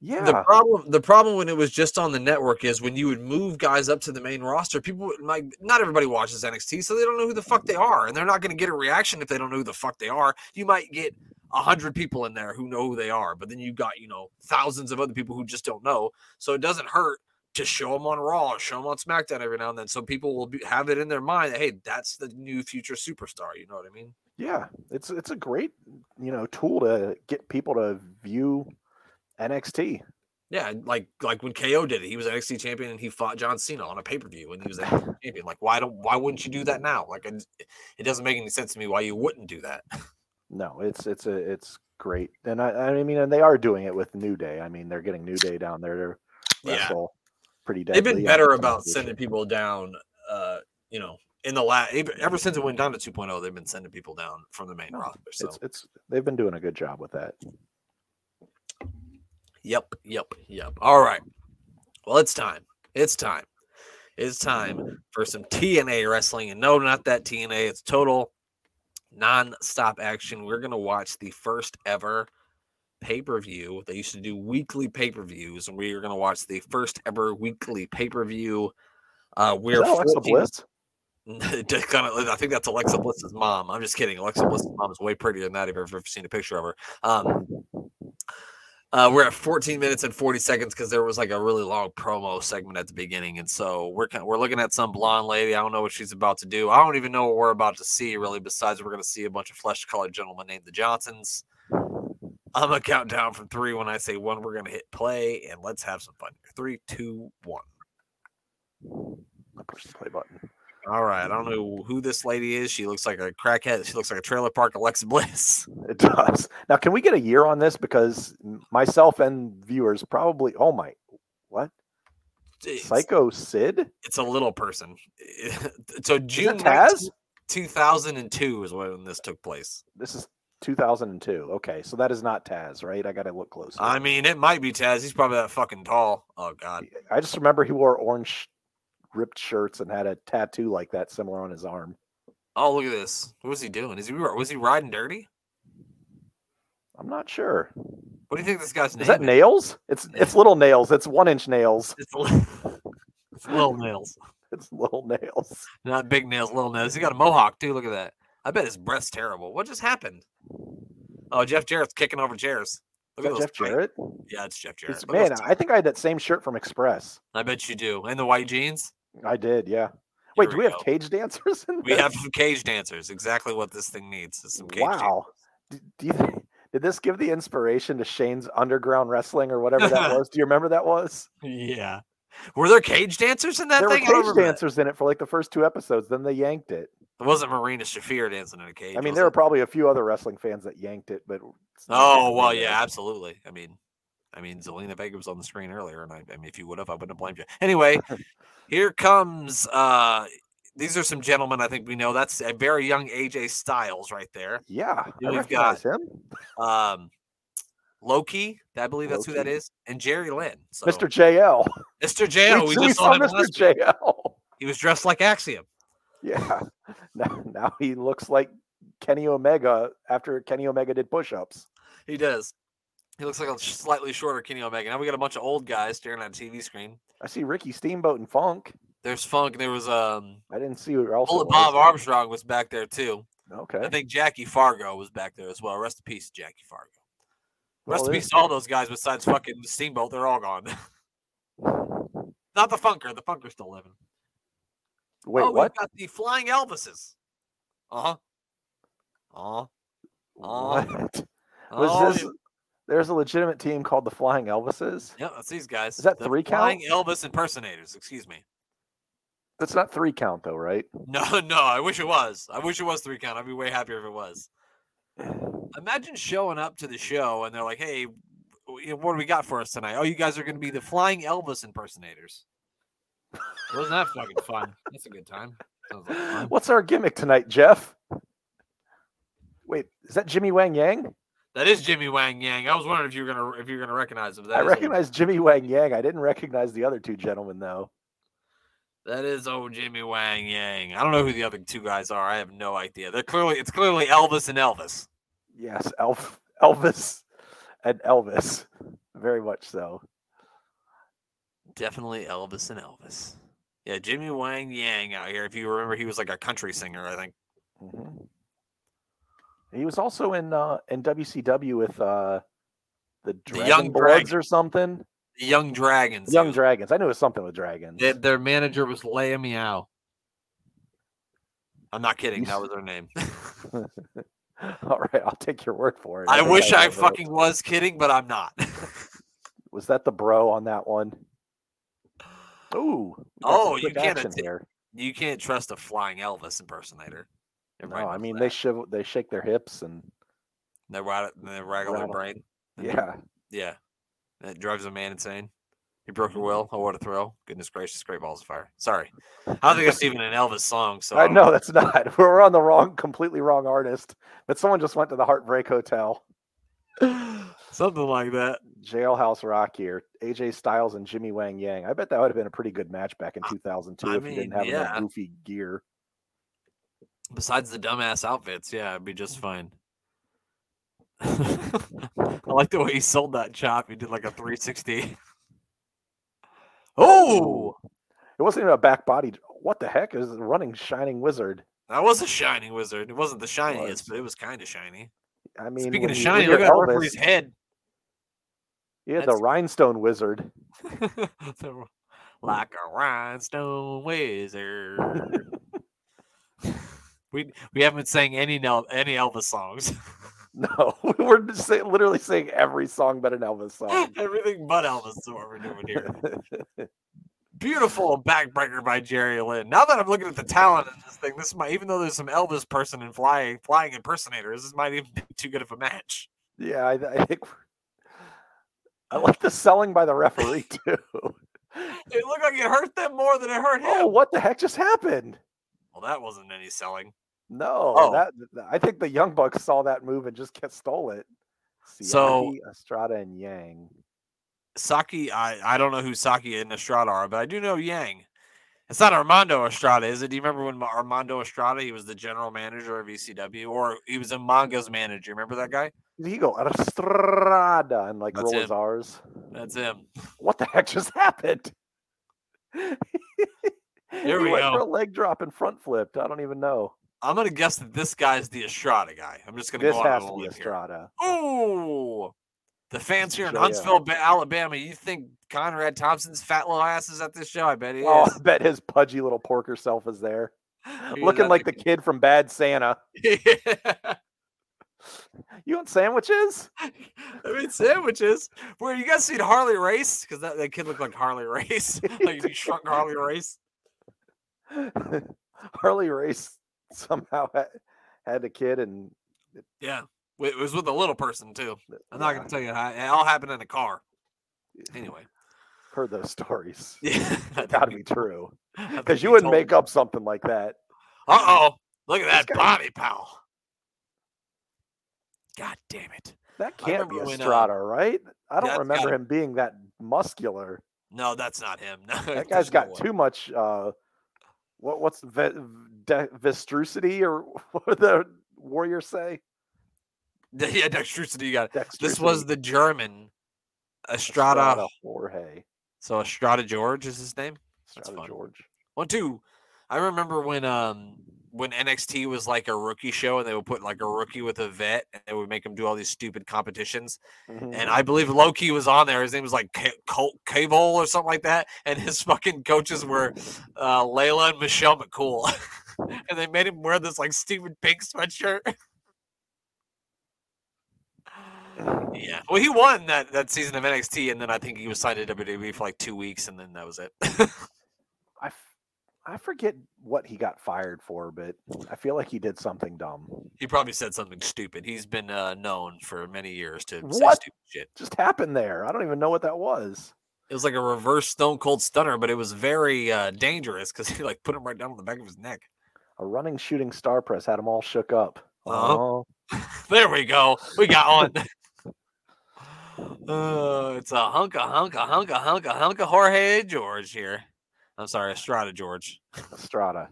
Speaker 2: Yeah.
Speaker 1: The problem, the problem when it was just on the network is when you would move guys up to the main roster, people would- like not everybody watches NXT, so they don't know who the fuck they are, and they're not going to get a reaction if they don't know who the fuck they are. You might get a hundred people in there who know who they are, but then you got you know thousands of other people who just don't know. So it doesn't hurt to show them on Raw, show them on SmackDown every now and then, so people will be, have it in their mind that hey, that's the new future superstar. You know what I mean?
Speaker 2: Yeah, it's it's a great you know tool to get people to view NXT.
Speaker 1: Yeah, and like like when KO did it, he was NXT champion and he fought John Cena on a pay per view, and he was NXT champion. Like, why don't why wouldn't you do that now? Like, it, it doesn't make any sense to me why you wouldn't do that.
Speaker 2: No, it's it's a it's great, and I I mean, and they are doing it with New Day. I mean, they're getting New Day down there to
Speaker 1: Yeah.
Speaker 2: wrestle pretty deadly.
Speaker 1: They've been
Speaker 2: and
Speaker 1: better
Speaker 2: it's an
Speaker 1: about
Speaker 2: obvious
Speaker 1: sending
Speaker 2: shit.
Speaker 1: people down. Uh, you know, in the last ever since it went down to 2.0, they've been sending people down from the main roster. So,
Speaker 2: It's it's they've been doing a good job with that.
Speaker 1: yep, yep, yep. All right. Well, it's time. It's time. It's time for some TNA wrestling. And no, not that TNA. It's total non-stop action. We're gonna watch the first ever pay-per-view. They used to do weekly pay-per-views, and we are gonna watch the first ever weekly pay-per-view. Uh
Speaker 2: Is
Speaker 1: we're
Speaker 2: that Alexa
Speaker 1: 14
Speaker 2: Bliss?
Speaker 1: Just kinda- I think that's Alexa Bliss's mom. I'm just kidding. Alexa Bliss's mom is way prettier than that if you've ever seen a picture of her. Um, uh, we're at 14 minutes and 40 seconds because there was like a really long promo segment at the beginning, and so we're kind we're looking at some blonde lady. I don't know what she's about to do. I don't even know what we're about to see really. Besides, we're going to see a bunch of flesh-colored gentlemen named the Johnsons. I'm gonna count down from three. When I say one, we're gonna hit play and let's have some fun. Three, two, one.
Speaker 2: I pushed the play button.
Speaker 1: All right. I don't know who this lady is. She looks like a crackhead. She looks like a trailer park Alexa Bliss.
Speaker 2: It does. Now, can we get a year on this? Because m- myself and viewers probably. Oh my, what?
Speaker 1: It's,
Speaker 2: Psycho Sid?
Speaker 1: it's a little person. so
Speaker 2: Is it
Speaker 1: June
Speaker 2: Taz?
Speaker 1: 19, 2002 is when this took place.
Speaker 2: This is 2002. Okay, so that is not Taz, right? I got to look closer.
Speaker 1: I mean, it might be Taz. He's probably that fucking tall. Oh God.
Speaker 2: I just remember he wore orange ripped shirts and had a tattoo like that similar on his arm.
Speaker 1: Oh look at this. What was he doing? Is he was he riding dirty?
Speaker 2: I'm not sure.
Speaker 1: What do you think this guy's name?
Speaker 2: Is that nails? It's it's little nails. It's one inch nails.
Speaker 1: It's, li- it's little nails,
Speaker 2: It's little nails.
Speaker 1: not big nails. Little nails. He got a mohawk too. Look at that. I bet his breath's terrible. What just happened? Oh, Jeff Jarrett's kicking over chairs. Look
Speaker 2: Is
Speaker 1: at
Speaker 2: that
Speaker 1: those
Speaker 2: Jeff
Speaker 1: tight-
Speaker 2: Jarrett?
Speaker 1: Yeah, it's Jeff Jarrett.
Speaker 2: He's,
Speaker 1: Look at
Speaker 2: man,
Speaker 1: those
Speaker 2: I think I had that same shirt from Express.
Speaker 1: I bet you do. And the white jeans.
Speaker 2: I did, yeah.
Speaker 1: Here
Speaker 2: Wait, do we have
Speaker 1: go.
Speaker 2: cage dancers in
Speaker 1: We have
Speaker 2: this?
Speaker 1: some cage dancers. Exactly what this thing needs is some cage. Wow.
Speaker 2: Wow. D- Do you think, did this give the inspiration to Shane's underground wrestling or whatever that was? Do you remember that was?
Speaker 1: Yeah. Were there cage dancers in that
Speaker 2: there were
Speaker 1: thing? I don't
Speaker 2: cage
Speaker 1: remember that.
Speaker 2: dancers in it for like the first two episodes. Then they yanked it.
Speaker 1: It wasn't Marina Shafir dancing in a cage.
Speaker 2: I mean,
Speaker 1: was
Speaker 2: there
Speaker 1: it?
Speaker 2: were probably a few other wrestling fans that yanked it, but it's not
Speaker 1: Oh
Speaker 2: happening
Speaker 1: well,
Speaker 2: there.
Speaker 1: yeah, absolutely. I mean, I mean, Zelina Vega was on the screen earlier, and I, I mean, if you would have, I wouldn't have blamed you. Anyway, here comes. uh These are some gentlemen. I think we know that's a very young AJ Styles right there.
Speaker 2: Yeah,
Speaker 1: Then
Speaker 2: I
Speaker 1: we've
Speaker 2: recognize him.
Speaker 1: Um, Loki, I believe that's who that
Speaker 2: Loki.
Speaker 1: is, and Jerry Lynn. So,
Speaker 2: Mr. JL.
Speaker 1: Mr. JL, we, just saw him
Speaker 2: Mr.
Speaker 1: last week.
Speaker 2: JL.
Speaker 1: He was dressed like Axiom.
Speaker 2: Yeah. Now, now he looks like Kenny Omega after Kenny Omega did push-ups.
Speaker 1: He does. He looks like a slightly shorter Kenny Omega. Now we got a bunch of old guys staring at a TV screen.
Speaker 2: I see Ricky Steamboat and Funk.
Speaker 1: There's Funk. There was um,
Speaker 2: I didn't see who else. it
Speaker 1: Bullet
Speaker 2: was.
Speaker 1: Bob Armstrong was back there too. I
Speaker 2: Okay.
Speaker 1: think Jackie Fargo was back there as well. Rest in peace, Jackie Fargo.
Speaker 2: Well,
Speaker 1: Rest in
Speaker 2: there-
Speaker 1: peace, to all those guys besides fucking Steamboat. They're all gone. Not the Funker. The Funker's still living.
Speaker 2: Wait,
Speaker 1: oh,
Speaker 2: what?
Speaker 1: We've got the Flying Elvises. Uh huh. Uh huh. Oh.
Speaker 2: What? Was this? There's a legitimate team called the Flying Elvises.
Speaker 1: Yeah, that's these guys.
Speaker 2: Is that
Speaker 1: The
Speaker 2: three
Speaker 1: Flying Elvis impersonators. Excuse me.
Speaker 2: That's not three count though, right?
Speaker 1: No, no. I wish it was. I wish it was three count. I'd be way happier if it was. Imagine showing up to the show and they're like, "Hey, w- you know, what do we got for us tonight? Oh, you guys are going to be the Flying Elvis impersonators." Wasn't that fucking fun? That's a good time. Sounds like fun.
Speaker 2: What's our gimmick tonight, Jeff? Wait, is that Jimmy Wang Yang?
Speaker 1: That is Jimmy Wang Yang. I was wondering if you were gonna if you were gonna recognize him. That
Speaker 2: I
Speaker 1: is old-
Speaker 2: recognize Jimmy Wang Yang. I didn't recognize the other two gentlemen though.
Speaker 1: that is old Jimmy Wang Yang. I don't know who the other two guys are. I have no idea. They're clearly it's clearly Elvis and Elvis.
Speaker 2: Yes, Elf, Elvis, and Elvis, very much so.
Speaker 1: Definitely Elvis and Elvis. Yeah, Jimmy Wang Yang out here. If you remember, he was like a country singer. I think
Speaker 2: Mhm. He was also in uh, in WCW with uh, the Dragon
Speaker 1: Young
Speaker 2: Bloods
Speaker 1: Dragon.
Speaker 2: or something.
Speaker 1: the Young Dragons. he
Speaker 2: Young
Speaker 1: was-
Speaker 2: Dragons. I knew it was something with dragons.
Speaker 1: Their, their manager was Leia Meow. I'm not kidding. That was her name.
Speaker 2: All right, I'll take your word for it.
Speaker 1: I
Speaker 2: think
Speaker 1: wish I
Speaker 2: remember it.
Speaker 1: fucking was kidding, but I'm not.
Speaker 2: was that the bro on that one. Ooh. we got some
Speaker 1: Oh, you
Speaker 2: quick
Speaker 1: can't
Speaker 2: action
Speaker 1: atta-
Speaker 2: here.
Speaker 1: you can't trust a flying Elvis impersonator.
Speaker 2: No,
Speaker 1: Everybody
Speaker 2: I
Speaker 1: knows
Speaker 2: mean
Speaker 1: that.
Speaker 2: they shiv- they shake their hips and
Speaker 1: They rattle, they waggle their
Speaker 2: Rattle.
Speaker 1: brain.
Speaker 2: yeah.
Speaker 1: Yeah. That drives a man insane. You
Speaker 2: Mm-hmm.
Speaker 1: broke your will. Oh, what a thrill. Goodness gracious, great balls of fire. Sorry. I don't think that's even an Elvis song. So
Speaker 2: I
Speaker 1: don't-
Speaker 2: know that's not. We're on the wrong, completely wrong artist. But someone just went to the Heartbreak Hotel.
Speaker 1: Something like that.
Speaker 2: Jailhouse Rock here. AJ Styles and Jimmy Wang Yang. I bet that would have been a pretty good match back in 2002
Speaker 1: I
Speaker 2: if you
Speaker 1: mean,
Speaker 2: didn't have any
Speaker 1: yeah.
Speaker 2: goofy gear.
Speaker 1: Besides the dumbass outfits, yeah, it'd be just fine. Mm. I like the way he sold that chop. He did like a 360. Oh,
Speaker 2: It wasn't even a back body. What the heck is the running shining wizard?
Speaker 1: that was a shiny wizard. It wasn't the shiniest,
Speaker 2: was.
Speaker 1: but it was kind of shiny.
Speaker 2: I mean,
Speaker 1: Speaking
Speaker 2: when
Speaker 1: of
Speaker 2: you- when
Speaker 1: shiny,
Speaker 2: you're
Speaker 1: look at Orfley's
Speaker 2: Elvis,
Speaker 1: head.
Speaker 2: yeah, the
Speaker 1: That's-
Speaker 2: rhinestone wizard.
Speaker 1: So, like a rhinestone wizard. we we haven't sang any Nel- any Elvis songs.
Speaker 2: No, we're just say, literally saying every song but an Elvis song.
Speaker 1: Everything but Elvis is what we're doing here. Beautiful backbreaker by Jerry Lynn. Now that I'm looking at the talent in this thing, this might even though there's some Elvis person in flying flying impersonators, this might even be too good of a match.
Speaker 2: yeah, I, I think we're- I like the selling by the referee too.
Speaker 1: It looked like it hurt them more than it hurt him.
Speaker 2: oh, what the heck just happened?
Speaker 1: Well, that wasn't any selling.
Speaker 2: No,
Speaker 1: Oh.
Speaker 2: that I think the Young Bucks saw that move and just kept stole it.
Speaker 1: So-
Speaker 2: Siaki, Estrada and Yang.
Speaker 1: Saki, I, I don't know who Saki and Estrada are, but I do know Yang. It's not Armando Estrada, is it? Do you remember when Ma- Armando Estrada, he was the general manager of ECW, or he was a manga's manager? Remember that guy?
Speaker 2: Did he go Estrada and like
Speaker 1: That's
Speaker 2: roll his
Speaker 1: him.
Speaker 2: R's?
Speaker 1: That's him.
Speaker 2: What the heck just happened? There he
Speaker 1: we
Speaker 2: went for
Speaker 1: go.
Speaker 2: a leg drop and front flipped. I don't even know.
Speaker 1: I'm gonna guess that this guy's the Estrada guy. I'm just gonna
Speaker 2: This
Speaker 1: go out
Speaker 2: has
Speaker 1: on a
Speaker 2: to be
Speaker 1: limb here.
Speaker 2: Estrada.
Speaker 1: Oh, the fans here in
Speaker 2: JL.
Speaker 1: Huntsville, Ba- Alabama. You think Conrad Thompson's fat little ass is at this show? I bet he
Speaker 2: Oh,
Speaker 1: is.
Speaker 2: I bet his pudgy little porker self is there,
Speaker 1: He is
Speaker 2: looking
Speaker 1: at
Speaker 2: like the kid from Bad Santa.
Speaker 1: Yeah.
Speaker 2: You want sandwiches?
Speaker 1: I mean, sandwiches. Where you guys seen Harley Race? Because that, that kid looked like Harley Race. like if you shrunk Harley Race.
Speaker 2: Harley Race somehow had, had a kid, and
Speaker 1: Yeah. Wa- It was with a little person, too. I'm not
Speaker 2: yeah,
Speaker 1: going to tell you how. It all happened in a car. Anyway.
Speaker 2: heard those stories.
Speaker 1: Yeah.
Speaker 2: Got to be true because you wouldn't make up something like that.
Speaker 1: Uh oh. Look at that
Speaker 2: guy-
Speaker 1: body, pal. God damn it.
Speaker 2: That can't be
Speaker 1: remember when, uh,
Speaker 2: Estrada, right? I don't
Speaker 1: that's
Speaker 2: remember
Speaker 1: gotta-
Speaker 2: him being that muscular.
Speaker 1: No, that's not him. No, there's
Speaker 2: That
Speaker 1: no
Speaker 2: guy's got
Speaker 1: way.
Speaker 2: too much. Uh, what what's ve- de- vestrucity or what did the warriors say?
Speaker 1: Yeah, dexterity. You got it. This
Speaker 2: Dexterity.
Speaker 1: was the German Estrada.
Speaker 2: Jorge.
Speaker 1: So Estrada George is his name.
Speaker 2: Estrada
Speaker 1: fun.
Speaker 2: George.
Speaker 1: Well, dude, I remember when um when NXT was like a rookie show and they would put like a rookie with a vet and they would make him do all these stupid competitions.
Speaker 2: Mm-hmm.
Speaker 1: And I believe Loki was on there. His name was like Ca- Colt Cable or something like that. And his fucking coaches were uh, Layla and Michelle McCool. and they made him wear this like stupid pink sweatshirt. yeah. Well, he won that, that season of NXT. And then I think he was signed to WWE for like two weeks. And then that was it.
Speaker 2: I, f- I forget what he got fired for, but I feel like he did something dumb.
Speaker 1: He probably said something stupid. He's been uh, known for many years to say
Speaker 2: What?
Speaker 1: stupid shit.
Speaker 2: Just happened there. I don't even know what that was.
Speaker 1: It was like a reverse Stone Cold Stunner, but it was very uh, dangerous because he like put him right down on the back of his neck.
Speaker 2: A running shooting star press had him all shook up.
Speaker 1: Uh-huh.
Speaker 2: Oh,
Speaker 1: There we go. We got one. Uh, it's a hunka hunka hunka hunka hunka Jorge George here. I'm sorry, Estrada George.
Speaker 2: Estrada.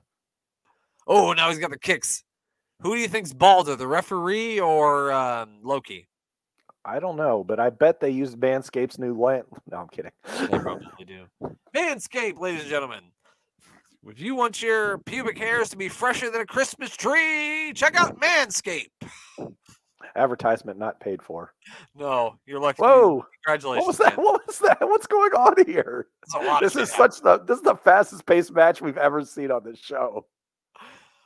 Speaker 1: Oh, now he's got the kicks. Who do you think's balder, the referee or um, Loki?
Speaker 2: I don't know, but I bet they used Manscaped's new lamp. No, I'm kidding.
Speaker 1: They probably do. Manscaped, ladies and gentlemen. If you want your pubic hairs to be fresher than a Christmas tree, check out Manscaped.
Speaker 2: Advertisement not paid for.
Speaker 1: No, you're lucky.
Speaker 2: Whoa!
Speaker 1: Congratulations.
Speaker 2: What was that?
Speaker 1: man.
Speaker 2: What was that? What's going on here?
Speaker 1: That's a lot
Speaker 2: This
Speaker 1: of
Speaker 2: is
Speaker 1: shit.
Speaker 2: such the this is the fastest paced match we've ever seen on this show.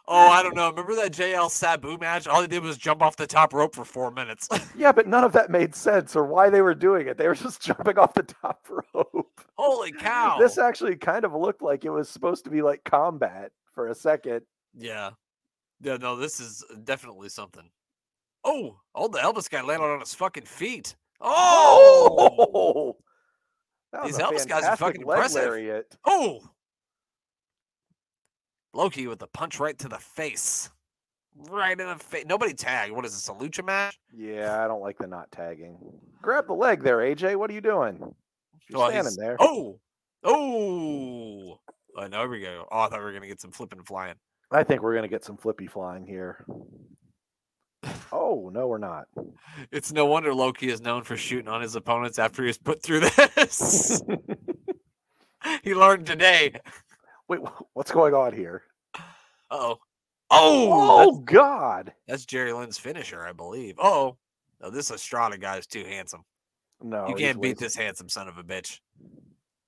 Speaker 1: Oh, I don't know. Remember that JL Sabu match? All they did was jump off the top rope for four minutes.
Speaker 2: Yeah, but none of that made sense or why they were doing it. They were just jumping off the top rope.
Speaker 1: Holy cow.
Speaker 2: This actually kind of looked like it was supposed to be like combat for a second.
Speaker 1: yeah. Yeah, no, this is definitely something. Oh, oh, the Elvis guy landed on his fucking feet. Oh,
Speaker 2: That was
Speaker 1: These
Speaker 2: a
Speaker 1: Elvis guys are
Speaker 2: fantastic
Speaker 1: fucking
Speaker 2: leg
Speaker 1: impressive.
Speaker 2: lariat.
Speaker 1: Oh! Loki with the punch right to the face. Right in the face. Nobody tagged. What is this, a lucha match?
Speaker 2: Yeah, I don't like the not tagging. Grab the leg there, AJ. What are you doing? You're
Speaker 1: Well,
Speaker 2: standing
Speaker 1: he's-
Speaker 2: there.
Speaker 1: Oh! Oh! I know we go. Oh, I thought we were going to get some flipping flying.
Speaker 2: I think we're gonna get some flippy flying here. Oh no, we're not.
Speaker 1: It's no wonder Loki is known for shooting on his opponents after he was put through this. he learned today.
Speaker 2: Wait, wh- what's going on here?
Speaker 1: Uh-oh. Oh!
Speaker 2: Oh God!
Speaker 1: That's Jerry Lynn's finisher, I believe. Oh. No, this Estrada guy is too handsome.
Speaker 2: No,
Speaker 1: you
Speaker 2: Oh, he's
Speaker 1: can't beat
Speaker 2: wasted.
Speaker 1: this handsome son of a bitch.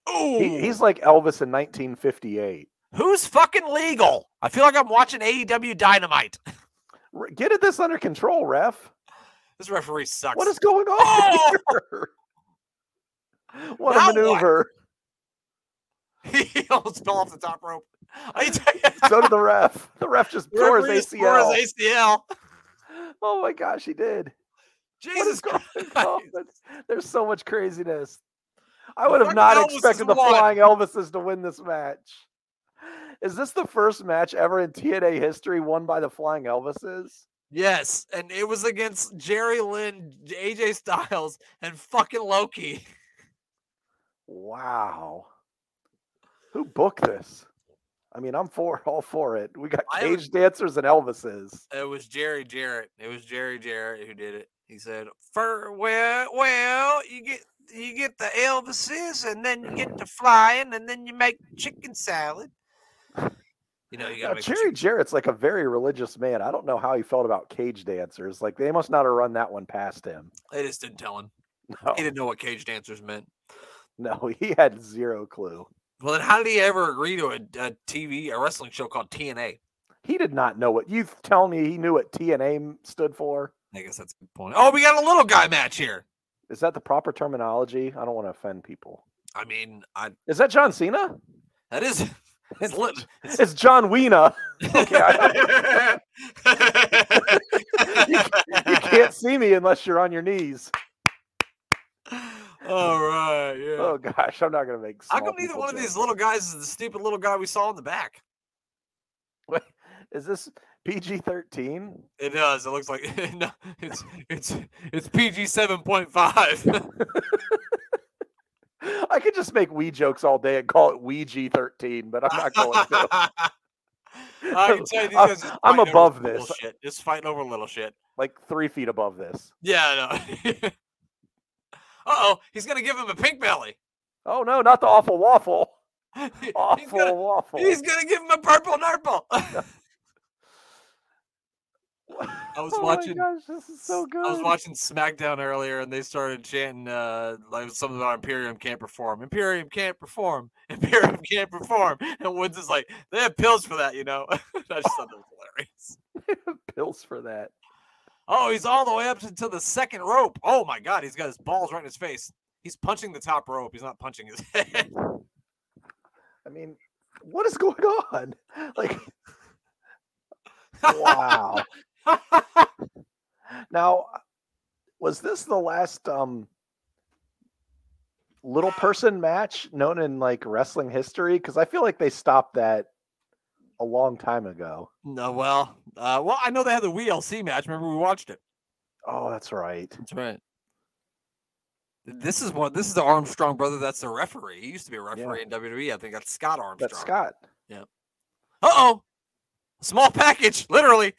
Speaker 1: Oh,
Speaker 2: He, he's like Elvis in 1958.
Speaker 1: who's fucking legal? I feel like I'm watching AEW Dynamite.
Speaker 2: R- Get it this under control, ref.
Speaker 1: This referee sucks.
Speaker 2: What is going on?
Speaker 1: Oh!
Speaker 2: Here? What
Speaker 1: Now
Speaker 2: a
Speaker 1: what?
Speaker 2: maneuver!
Speaker 1: he almost fell off the top rope? I tell you,
Speaker 2: so did the ref. The ref just
Speaker 1: the
Speaker 2: tore
Speaker 1: referee
Speaker 2: his
Speaker 1: tore
Speaker 2: ACL.
Speaker 1: his ACL.
Speaker 2: Oh my gosh, he did. What
Speaker 1: Jesus
Speaker 2: is
Speaker 1: Christ!
Speaker 2: going on? That's- There's so much craziness. I
Speaker 1: The
Speaker 2: would have
Speaker 1: fucking
Speaker 2: not
Speaker 1: Elvises
Speaker 2: expected the
Speaker 1: won.
Speaker 2: flying Elvises to win this match. Is this the first match ever in TNA history won by the flying Elvises?
Speaker 1: Yes, and it was against Jerry Lynn, AJ Styles, and fucking Loki.
Speaker 2: Wow. Who booked this? I mean, I'm for all for it. We got
Speaker 1: I haven't-
Speaker 2: cage dancers and Elvises.
Speaker 1: It was Jerry Jarrett. It was Jerry Jarrett who did it. He said, "Fur well, well, you get you get the Elvises, and then you get the flying, and then you make chicken salad." You know, you
Speaker 2: Now,
Speaker 1: got
Speaker 2: Jerry Jarrett's like a very religious man. I don't know how he felt about cage dancers. Like they must not have run that one past him.
Speaker 1: They just didn't tell him.
Speaker 2: No,
Speaker 1: He didn't know what cage dancers meant.
Speaker 2: no, he had zero clue.
Speaker 1: Well, then how did he ever agree to a, a TV a wrestling show called TNA?
Speaker 2: He did not know what you tell me he knew what TNA m- stood for.
Speaker 1: I guess that's a good point. Oh, we got a little guy match here.
Speaker 2: Is that the proper terminology? I don't want to offend people.
Speaker 1: I mean, I
Speaker 2: Is that John Cena?
Speaker 1: that is it's lit.
Speaker 2: It's John Wiener. Okay, I- You can't see me unless you're on your knees.
Speaker 1: All right, yeah.
Speaker 2: Oh gosh, I'm not gonna make.
Speaker 1: How
Speaker 2: small
Speaker 1: come neither
Speaker 2: people
Speaker 1: one of these
Speaker 2: jokes.
Speaker 1: little guys is the stupid little guy we saw in the back?
Speaker 2: Is this PG thirteen.
Speaker 1: It does. It looks like no, it's it's it's PG seven point five.
Speaker 2: I could just make Wii jokes all day and call it Ouija thirteen, but I'm not going to.
Speaker 1: I can tell you, these guys is
Speaker 2: I'm
Speaker 1: fighting over
Speaker 2: above
Speaker 1: little
Speaker 2: this.
Speaker 1: Shit. Just fighting over little shit.
Speaker 2: Like three feet above this.
Speaker 1: Yeah, I know. uh oh, he's gonna give him a pink belly.
Speaker 2: Oh no, not the awful waffle.
Speaker 1: He's
Speaker 2: Awful
Speaker 1: gonna-
Speaker 2: waffle.
Speaker 1: He's gonna give him a purple nurple. I was
Speaker 2: oh
Speaker 1: watching.
Speaker 2: My gosh, this is so good.
Speaker 1: I was watching SmackDown earlier, and they started chanting uh, like something about Imperium can't perform. Imperium can't perform. Imperium can't perform. And Woods is like, they have pills for that, you know. I just thought that was hilarious.
Speaker 2: pills for that.
Speaker 1: Oh, he's all the way up to, to the second rope. Oh my God, he's got his balls right in his face. He's punching the top rope. He's not punching his head.
Speaker 2: I mean, what is going on? Like, wow. Now, was this the last um little person match known in like wrestling history? Because I feel like they stopped that a long time ago.
Speaker 1: no, well, uh, well, I know they had the WLC match. Remember, we watched it.
Speaker 2: Oh, that's right.
Speaker 1: That's right. This is one. This is the Armstrong brother. That's the referee. He used to be a referee in WWE. I think that's Scott Armstrong.
Speaker 2: That's Scott.
Speaker 1: Uh oh, small package. Literally,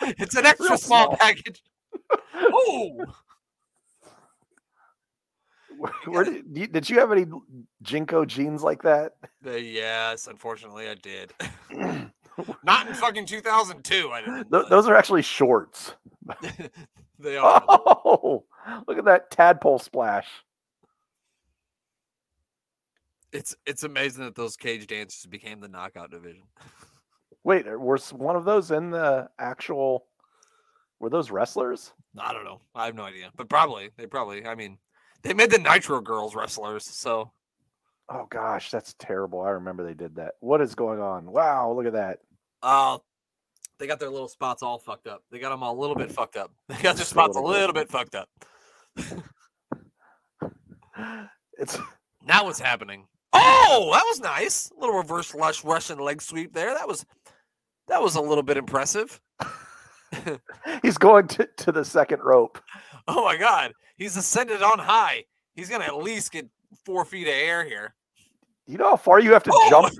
Speaker 1: it's an extra
Speaker 2: Real
Speaker 1: small,
Speaker 2: small.
Speaker 1: package. Oh,
Speaker 2: Where, where did, you- did you have any Jinko jeans like that?
Speaker 1: yes. Unfortunately, I did. Not in fucking 2002. I didn't.
Speaker 2: Tho- those are actually shorts.
Speaker 1: they are.
Speaker 2: Oh, look at that tadpole splash.
Speaker 1: It's it's amazing that those cage dances became the knockout division.
Speaker 2: Wait, there was one of those in the actual? Were those wrestlers?
Speaker 1: I don't know. I have no idea. But probably they probably. I mean, they made the Nitro girls wrestlers. So
Speaker 2: Oh gosh, that's terrible. I remember they did that. What is going on? Wow, look at that.
Speaker 1: Oh, they got their little spots all fucked up. They got them all a little bit fucked up. They got their
Speaker 2: Just a
Speaker 1: spots a
Speaker 2: little bit.
Speaker 1: little bit fucked up.
Speaker 2: It's
Speaker 1: Now what's happening? Oh, that was nice. A little reverse lush Russian leg sweep there. That was that was a little bit impressive.
Speaker 2: he's going to, to the second rope.
Speaker 1: Oh my god. He's ascended on high. He's gonna at least get four feet of air here.
Speaker 2: You know how far you have to
Speaker 1: Oh,
Speaker 2: jump?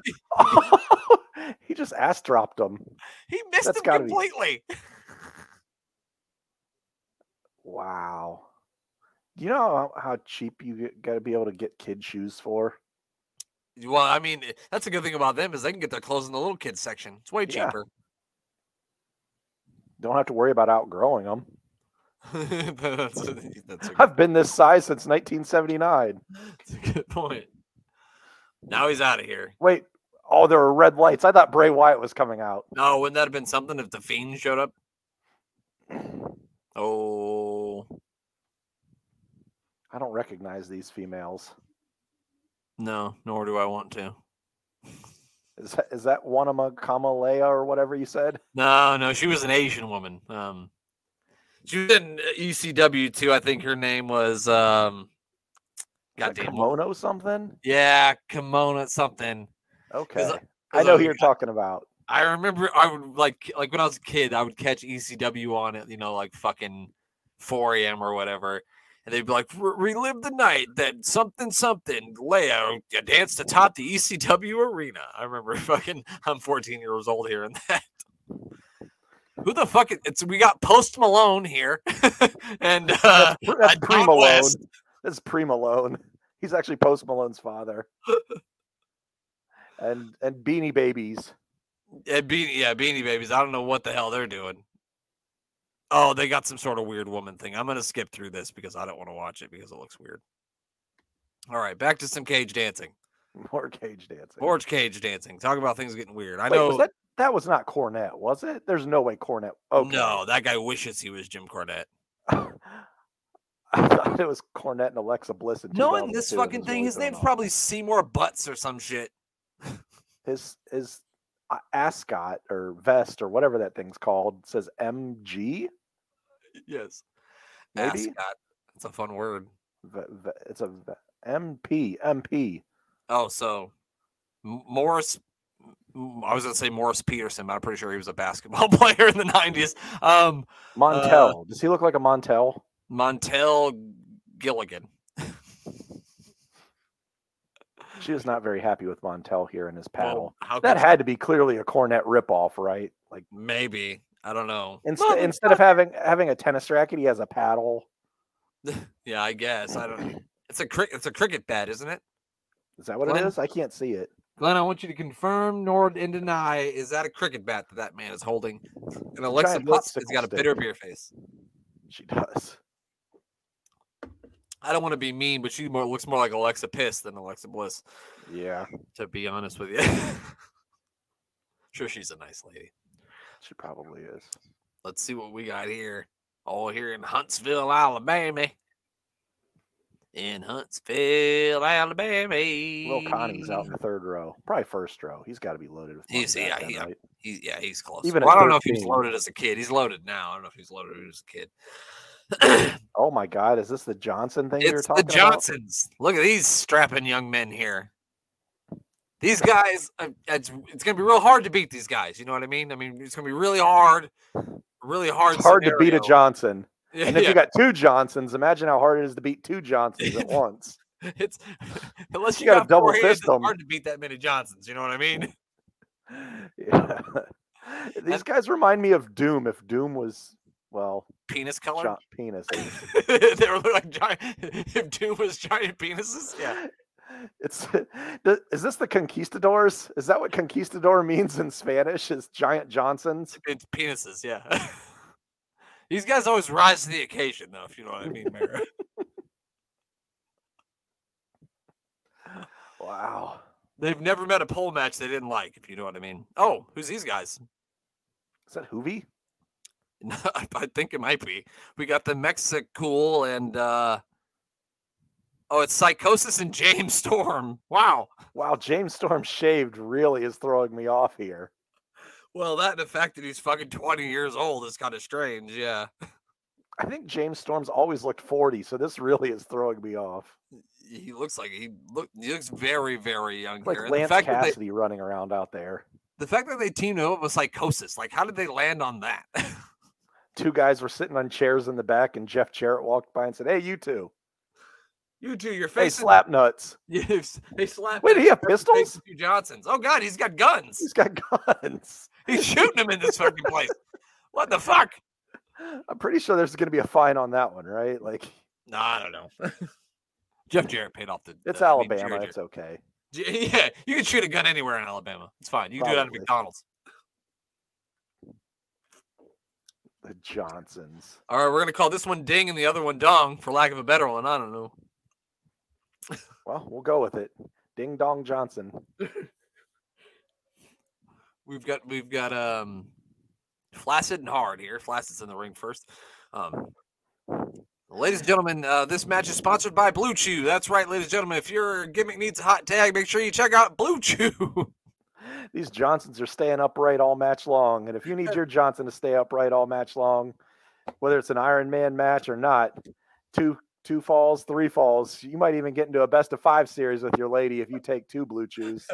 Speaker 2: he just ass dropped him.
Speaker 1: He missed
Speaker 2: That's
Speaker 1: him
Speaker 2: gotta be-
Speaker 1: completely.
Speaker 2: Wow. You know how, how cheap you got to be able to get kid shoes for?
Speaker 1: Well, I mean, that's a good thing about them is they can get their clothes in the little kids section. It's way
Speaker 2: Yeah.
Speaker 1: cheaper.
Speaker 2: Don't have to worry about outgrowing them.
Speaker 1: that's, a- that's a
Speaker 2: I've been this size since 1979.
Speaker 1: That's a good point. Now he's out of here.
Speaker 2: Wait, oh, there were red lights. I thought Bray Wyatt was coming out.
Speaker 1: No, Oh, wouldn't that have been something if the fiend showed up? Oh
Speaker 2: I don't recognize these females.
Speaker 1: no, nor do I want to.
Speaker 2: Is that, is that Wanama Kamalea or whatever you said?
Speaker 1: No, no, she was an Asian woman. Um, she was in ECW too. I think her name was um,
Speaker 2: Is that
Speaker 1: goddamn, what-
Speaker 2: Kimono something?
Speaker 1: yeah, Kimona something.
Speaker 2: Okay.
Speaker 1: I
Speaker 2: I know
Speaker 1: was
Speaker 2: who you're
Speaker 1: like,
Speaker 2: talking about.
Speaker 1: I remember I would like like when I was a kid, I would catch ECW on it, you know, like fucking 4 a.m. or whatever. And they'd be like, "Re- relive the night that something something Leia danced atop the ECW arena. I remember fucking I'm 14 years old here and that. Who the fuck is, it's we got post Malone here and uh
Speaker 2: That's, Pr- that's
Speaker 1: Don
Speaker 2: Pre Malone.
Speaker 1: West.
Speaker 2: That's Pre Malone. He's actually Post Malone's father. and and Beanie Babies.
Speaker 1: And beanie, yeah, beanie babies. I don't know what the hell they're doing. Oh, they got some sort of weird woman thing. I'm gonna skip through this because I don't want to watch it because it looks weird. All right, back to some cage dancing,
Speaker 2: More cage dancing.
Speaker 1: orange cage dancing. Talk about things getting weird. I
Speaker 2: Wait,
Speaker 1: know.
Speaker 2: was that that was not Cornette, was it? There's no way Cornette. Okay.
Speaker 1: No, that guy wishes he was Jim Cornette.
Speaker 2: I thought it was Cornette and Alexa Bliss. In
Speaker 1: Knowing this
Speaker 2: 2002 and
Speaker 1: fucking
Speaker 2: it was
Speaker 1: thing,
Speaker 2: really
Speaker 1: his
Speaker 2: going
Speaker 1: name's
Speaker 2: on.
Speaker 1: probably Seymour Butts or some shit.
Speaker 2: his his uh, ascot or vest or whatever that thing's called says MG.
Speaker 1: Yes,
Speaker 2: Maybe?
Speaker 1: Ascot. That's a fun word.
Speaker 2: V- v- It's a v- MP MP.
Speaker 1: Oh, so M- Morris I was gonna say Morris Peterson, but I'm pretty sure he was a basketball player in the '90s. Um,
Speaker 2: Montel. Does he look like a Montel?
Speaker 1: Montel Gilligan.
Speaker 2: She is not very happy with Montel here in his paddle.
Speaker 1: Well, how
Speaker 2: that
Speaker 1: could-
Speaker 2: had to be clearly a cornet ripoff, right? Like
Speaker 1: maybe I don't know.
Speaker 2: instead
Speaker 1: Well,
Speaker 2: instead of having having a tennis racket, he has a paddle.
Speaker 1: yeah, I guess I don't. It's a cricket. It's a cricket bat, isn't it?
Speaker 2: Is that what
Speaker 1: Glenn-
Speaker 2: it is? I can't see it.
Speaker 1: Glenn, I want you to confirm nor and deny is that a cricket bat that that man is holding? And Alexa
Speaker 2: giant
Speaker 1: Bliss has
Speaker 2: popsicle
Speaker 1: got a
Speaker 2: stick.
Speaker 1: bitter beer face.
Speaker 2: She does.
Speaker 1: I don't want to be mean, but she more, looks more like Alexa Piss than Alexa Bliss,
Speaker 2: Yeah,
Speaker 1: to be honest with you. sure, she's a nice lady.
Speaker 2: she probably is.
Speaker 1: Let's see what we got here. All here in Huntsville, Alabama. In Huntsville, Alabama.
Speaker 2: Will Connie's out in the third row, probably first row. He's got to be loaded with.
Speaker 1: He's-
Speaker 2: money back
Speaker 1: yeah,
Speaker 2: then,
Speaker 1: yeah.
Speaker 2: right?
Speaker 1: He, yeah, he's close.
Speaker 2: Even
Speaker 1: Well,
Speaker 2: at
Speaker 1: I don't know if he was
Speaker 2: 13.
Speaker 1: loaded as a kid. He's loaded now. I don't know if he's loaded when he was a kid.
Speaker 2: Oh my God, is this the Johnson thing you're
Speaker 1: it's the
Speaker 2: talking
Speaker 1: Johnsons. Look at these strapping young men here. These guys, uh, it's, it's going to be real hard to beat these guys. You know what I mean? I mean, it's going to be really hard, really
Speaker 2: about?
Speaker 1: hard.
Speaker 2: It's hard to beat a
Speaker 1: scenario.
Speaker 2: Johnson,
Speaker 1: Yeah,
Speaker 2: and if you got two Johnsons, imagine how hard it is to beat two Johnsons at once.
Speaker 1: it's unless you,
Speaker 2: You gotta
Speaker 1: got double
Speaker 2: double
Speaker 1: hands,
Speaker 2: fist
Speaker 1: it's
Speaker 2: 'em.
Speaker 1: hard to beat that many Johnsons. You know what I mean?
Speaker 2: Yeah. These
Speaker 1: And-
Speaker 2: guys remind me of Doom. If Doom was well,
Speaker 1: Penis color.
Speaker 2: shot penis.
Speaker 1: they were like giant. If two was giant penises, yeah.
Speaker 2: It's th- is this the conquistadors? Is that what conquistador means in Spanish? Is giant Johnsons?
Speaker 1: It's penises, yeah. These guys always rise to the occasion, though, if you know what I mean, Mayor.
Speaker 2: Wow.
Speaker 1: They've never met a pole match they didn't like, if you know what I mean. Oh, who's these guys?
Speaker 2: Is that Hoovy?
Speaker 1: I I think it might be. We got the Mexicool and uh oh, it's Psychosis and James Storm. Wow.
Speaker 2: Wow, James Storm shaved really is throwing me off here.
Speaker 1: Well, that and the fact that he's fucking twenty years old is kind of strange. Yeah,
Speaker 2: I think James Storm's always looked 40, so this really is throwing me off.
Speaker 1: he looks like he look he looks very very young
Speaker 2: Like
Speaker 1: here. And the
Speaker 2: Lance
Speaker 1: fact that they
Speaker 2: Cassidy running around out there.
Speaker 1: the fact that they teamed up with Psychosis, like how did they land on that?
Speaker 2: Two guys were sitting on chairs in the back, and Jeff Jarrett walked by and said, Hey, you two.
Speaker 1: you two, your
Speaker 2: Hey,
Speaker 1: face
Speaker 2: slap nuts.
Speaker 1: Yes, they slap.
Speaker 2: Wait,
Speaker 1: that
Speaker 2: he have
Speaker 1: fucking face
Speaker 2: pistols?
Speaker 1: of Hugh Johnson's. Oh God, he's got guns.
Speaker 2: He's got guns.
Speaker 1: He's shooting them in this fucking place. What the fuck?
Speaker 2: I'm pretty sure there's going to be a fine on that one, right? Like,
Speaker 1: No, I don't know. Jeff Jarrett paid off the.
Speaker 2: it's
Speaker 1: the- I mean,
Speaker 2: Alabama.
Speaker 1: Jarrett-
Speaker 2: It's okay.
Speaker 1: J- Yeah, you can shoot a gun anywhere in Alabama. It's fine. You can do it out of
Speaker 2: Probably.
Speaker 1: McDonald's.
Speaker 2: The Johnsons.
Speaker 1: All right, we're gonna call this one Ding and the other one Dong, for lack of a better one. I don't know.
Speaker 2: Well, we'll go with it. Ding Dong Johnson.
Speaker 1: We've got we've got um, flaccid and hard here. Flaccid's in the ring first. Um, Ladies and gentlemen, uh, this match is sponsored by Blue Chew. That's right, ladies and gentlemen. If your gimmick needs a hot tag, make sure you check out Blue Chew.
Speaker 2: These Johnsons are staying upright all match long. And if you need your Johnson to stay upright all match long, whether it's an Iron Man match or not, two two falls, three falls, you might even get into a best of five series with your lady if you take two blue chews.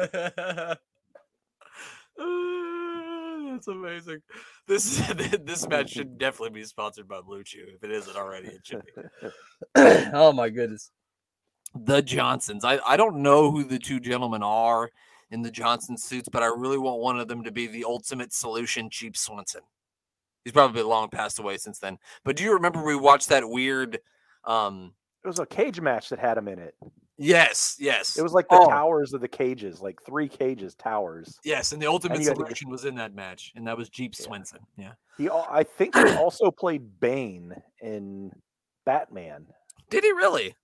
Speaker 1: That's amazing. This this match should definitely be sponsored by Blue Chew. If it isn't already, it should be. oh my goodness. The Johnsons. I, I don't know who the two gentlemen are in the Johnson suits, but I really want one of them to be the ultimate solution, Cheap Swenson. He's probably long passed away since then. But do you remember we watched that weird um
Speaker 2: It was a cage match that had him in it.
Speaker 1: Yes, yes.
Speaker 2: It was like the
Speaker 1: Oh.
Speaker 2: towers of the cages, like three cages towers.
Speaker 1: Yes, and the ultimate
Speaker 2: you had to get-
Speaker 1: solution was in that match, and that was Jeep Swenson. Yeah.
Speaker 2: He, al- I think, he also played Bane in Batman.
Speaker 1: Did he really?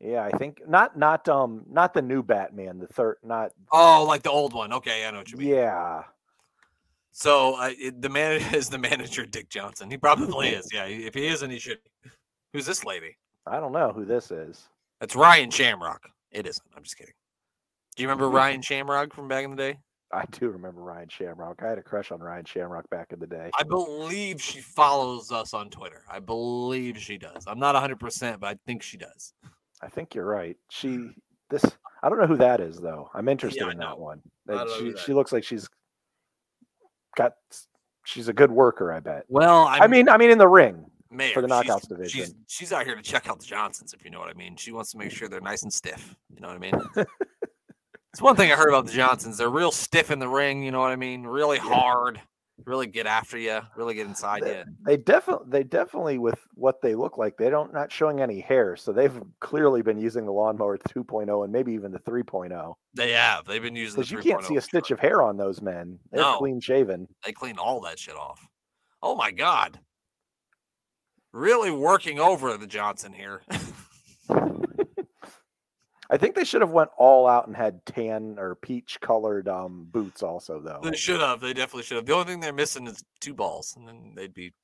Speaker 2: Yeah, I think not not um not the new Batman, the third not
Speaker 1: Oh, like the old one. Okay, I know what you mean.
Speaker 2: yeah.
Speaker 1: So uh, it, the man is the manager, Dick Johnson. He probably is. Yeah, if he isn't, he should. be. Who's this lady?
Speaker 2: I don't know who this is.
Speaker 1: That's Ryan Shamrock. It isn't. I'm just kidding. Do you remember Ryan Shamrock from back in the day?
Speaker 2: I do remember Ryan Shamrock. I had a crush on Ryan Shamrock back in the day.
Speaker 1: I believe she follows us on Twitter. I believe she does. I'm not 100%, but I think she does.
Speaker 2: I think you're right. She this I don't know who that is though. I'm interested
Speaker 1: I
Speaker 2: in
Speaker 1: know.
Speaker 2: that one.
Speaker 1: I don't
Speaker 2: Like,
Speaker 1: know who
Speaker 2: she
Speaker 1: that
Speaker 2: she looks like she's got she's a good worker, I bet.
Speaker 1: Well,
Speaker 2: I mean, I mean in the ring.
Speaker 1: Mayor,
Speaker 2: for the
Speaker 1: she's-
Speaker 2: knockouts division.
Speaker 1: She's, she's out here to check out the Johnsons, if you know what I mean. She wants to make sure they're nice and stiff. You know what I mean? it's one thing I heard about the Johnsons. They're real stiff in the ring. You know what I mean? Really hard. Really get after you. Really get inside you.
Speaker 2: They definitely they definitely with what they look like, they don't not showing any hair, so they've clearly been using the lawnmower 2.0 and maybe even the 3.0
Speaker 1: They have. They've been using.
Speaker 2: because
Speaker 1: the
Speaker 2: you can't see
Speaker 1: 3.0
Speaker 2: a stitch of hair on those men. They're
Speaker 1: No.
Speaker 2: clean shaven.
Speaker 1: They cleaned all that shit off. Oh my god. Really working over the Johnson here.
Speaker 2: Oh I think they should have went all out and had tan or peach colored um, boots also though.
Speaker 1: they should have. They definitely should have. The only thing they're missing is two balls, and then they'd be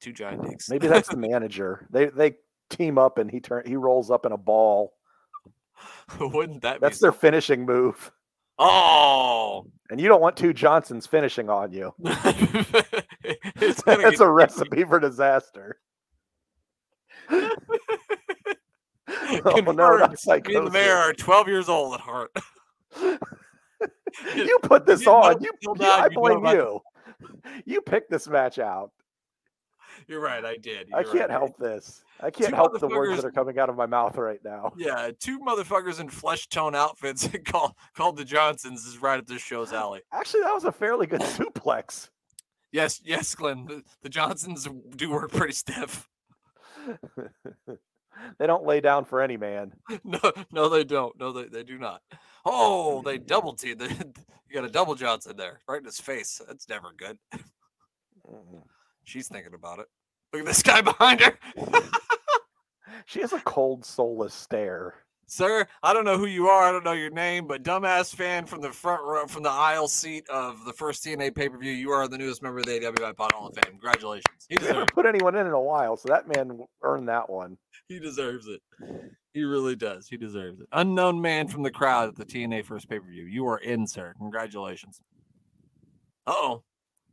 Speaker 1: two giant dicks.
Speaker 2: Maybe that's the manager. They they team up and he turn he rolls up in a ball.
Speaker 1: Wouldn't that be?
Speaker 2: That's their finishing move.
Speaker 1: oh,
Speaker 2: And you don't want two Johnsons finishing on you.
Speaker 1: it's gonna
Speaker 2: That's
Speaker 1: get,
Speaker 2: a recipe for disaster. oh no, oh,
Speaker 1: Confirmed.
Speaker 2: not
Speaker 1: me and the
Speaker 2: psychosis.
Speaker 1: mayor are 12 years old at heart.
Speaker 2: You put this
Speaker 1: You know
Speaker 2: on. You,
Speaker 1: till
Speaker 2: you-
Speaker 1: now
Speaker 2: I
Speaker 1: you know
Speaker 2: blame
Speaker 1: about-
Speaker 2: you. You picked this match out.
Speaker 1: You're right. I did.
Speaker 2: I
Speaker 1: You're right.
Speaker 2: can't help this. I can't
Speaker 1: Two
Speaker 2: help the words that
Speaker 1: motherfuckers-
Speaker 2: are coming out of my mouth right now.
Speaker 1: Yeah, two motherfuckers in flesh tone outfits called called the Johnsons is right up this show's alley.
Speaker 2: Actually, that was a fairly good suplex.
Speaker 1: Yes, yes, Glenn. The, the Johnsons do work pretty stiff.
Speaker 2: they don't lay down for any man.
Speaker 1: No, no, they don't. No, they, they do not. Oh, they double teamed. the- You got a double Johnson there, right in his face. That's never good.
Speaker 2: Mm-mm.
Speaker 1: She's thinking about it. Look at this guy behind her.
Speaker 2: She has a cold, soulless stare.
Speaker 1: Sir, I don't know who you are. I don't know your name, but dumbass fan from the front row, from the aisle seat of the first TNA pay per view, you are the newest member of the AWI Pod Hall of Fame. Congratulations. He
Speaker 2: We haven't
Speaker 1: deserves,
Speaker 2: put anyone in in a while, so that man w- earned that one.
Speaker 1: he deserves it. He really does. He deserves it. Unknown man from the crowd at the TNA first pay per view. You are in, sir. Congratulations. Uh oh.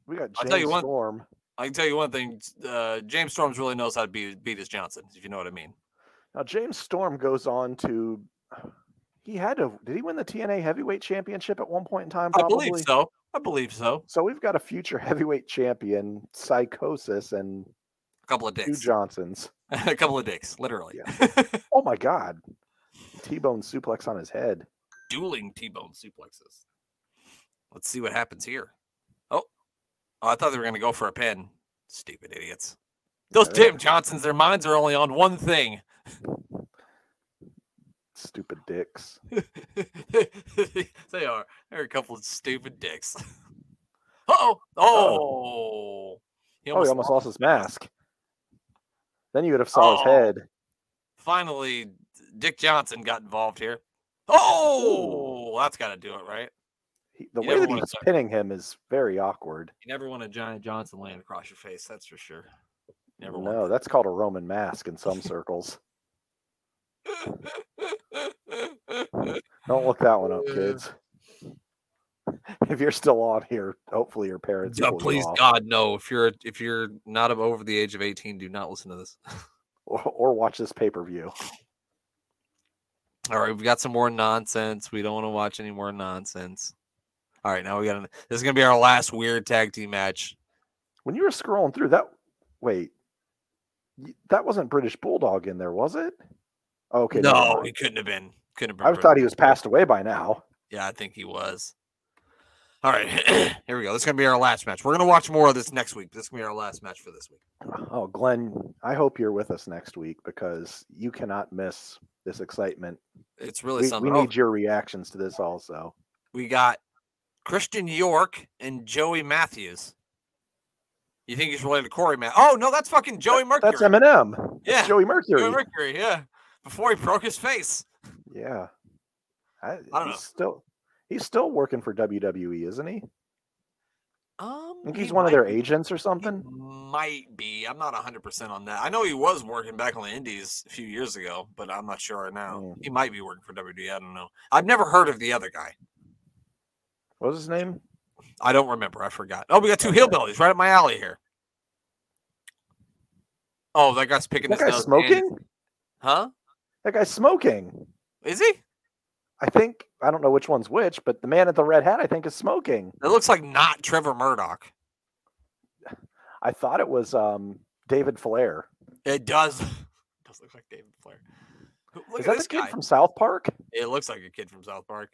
Speaker 2: We got
Speaker 1: I'll
Speaker 2: James
Speaker 1: tell you one-
Speaker 2: Storm.
Speaker 1: I can tell you one thing. Uh, James Storms really knows how to beat, beat his Johnson, if you know what I mean.
Speaker 2: Now James Storm goes on to. He had to. Did he win the TNA Heavyweight Championship at one point in time?
Speaker 1: I
Speaker 2: Probably.
Speaker 1: believe so. I believe so.
Speaker 2: So we've got a future heavyweight champion, Psychosis, and
Speaker 1: A couple of
Speaker 2: two
Speaker 1: dicks.
Speaker 2: Johnsons.
Speaker 1: a couple of dicks, literally.
Speaker 2: Oh my God! T-bone suplex on his head.
Speaker 1: dueling T-bone suplexes. Let's see what happens here. Oh, oh I thought they were going to go for a pin. Stupid idiots. Those
Speaker 2: Yeah.
Speaker 1: damn Johnsons, their minds are only on one thing.
Speaker 2: Stupid dicks.
Speaker 1: they are. They're a couple of stupid dicks. Uh-oh. Oh. He
Speaker 2: oh, he almost lost his mask. Then you would have saw his
Speaker 1: Oh.
Speaker 2: head.
Speaker 1: Finally, Dick Johnson got involved here. Oh, that's got to do it, right?
Speaker 2: He, the
Speaker 1: You
Speaker 2: way
Speaker 1: never
Speaker 2: that
Speaker 1: wanna
Speaker 2: he's
Speaker 1: touch-
Speaker 2: pinning him is very awkward.
Speaker 1: You never want a giant Johnson laying across your face, that's for sure. Never want
Speaker 2: No, that's called a Roman mask in some circles. Don't look that one up,
Speaker 3: Yeah.
Speaker 2: kids. If you're still on here, hopefully your parents.
Speaker 1: Yeah,
Speaker 2: pull you
Speaker 1: please
Speaker 2: off.
Speaker 1: God, no. If you're if you're not ab- over the age of 18, do not listen to this.
Speaker 2: Or, or watch this pay per view.
Speaker 1: All right, we've got some more nonsense. We don't want to watch any more nonsense. All right, now we got an, this is gonna be our last weird tag team match.
Speaker 2: When you were scrolling through that, wait, y- that wasn't British Bulldog in there, was it? Okay. never
Speaker 1: no,
Speaker 2: mind.
Speaker 1: it couldn't have been. Couldn't have
Speaker 2: I
Speaker 1: been.
Speaker 2: thought he
Speaker 1: Bruno.
Speaker 2: was passed away by now.
Speaker 1: Yeah, I think he was. All right, here we go. This is gonna be our last match. We're gonna watch more of this next week. This is gonna be our last match for this week.
Speaker 2: Oh, Glenn, I hope you're with us next week because you cannot miss this excitement.
Speaker 1: It's really
Speaker 2: We, we
Speaker 1: something. Oh,
Speaker 2: need your reactions to this also.
Speaker 1: we got Christian York and Joey Matthews. You think he's related to Corey Matt? Oh no, that's fucking Joey Mercury.
Speaker 2: That's Eminem. That's
Speaker 1: Yeah,
Speaker 2: Joey Mercury.
Speaker 1: Joey Mercury. Yeah, before he broke his face.
Speaker 2: Yeah. I,
Speaker 1: know.
Speaker 2: he's still he's still working for WWE, isn't he?
Speaker 1: Um,
Speaker 2: I think
Speaker 1: he
Speaker 2: he's one of
Speaker 1: might
Speaker 2: their
Speaker 1: be-
Speaker 2: agents or
Speaker 1: he
Speaker 2: something.
Speaker 1: Might be. I'm not 100 percent on that. I know he was working back on the Indies a few years ago, but I'm not sure right now.
Speaker 2: Mm.
Speaker 1: He might be working for WWE. I don't know. I've never heard of the other guy.
Speaker 2: What was his name?
Speaker 1: I don't remember. I forgot. Oh, we got two hillbillies right up my alley here. Oh, that guy's picking
Speaker 2: That
Speaker 1: his
Speaker 2: guy's
Speaker 1: nose and-
Speaker 2: smoking?
Speaker 1: huh?
Speaker 2: That guy's smoking.
Speaker 1: Is he?
Speaker 2: I think I don't know which one's which, but the man at the red hat I think is smoking.
Speaker 1: It looks like not Trevor Murdoch.
Speaker 2: I thought it was um, David Flair.
Speaker 1: It does. does look like David Flair. Look
Speaker 2: Is
Speaker 1: at
Speaker 2: that
Speaker 1: this
Speaker 2: the kid
Speaker 1: guy.
Speaker 2: from South Park?
Speaker 1: It looks like a kid from South Park.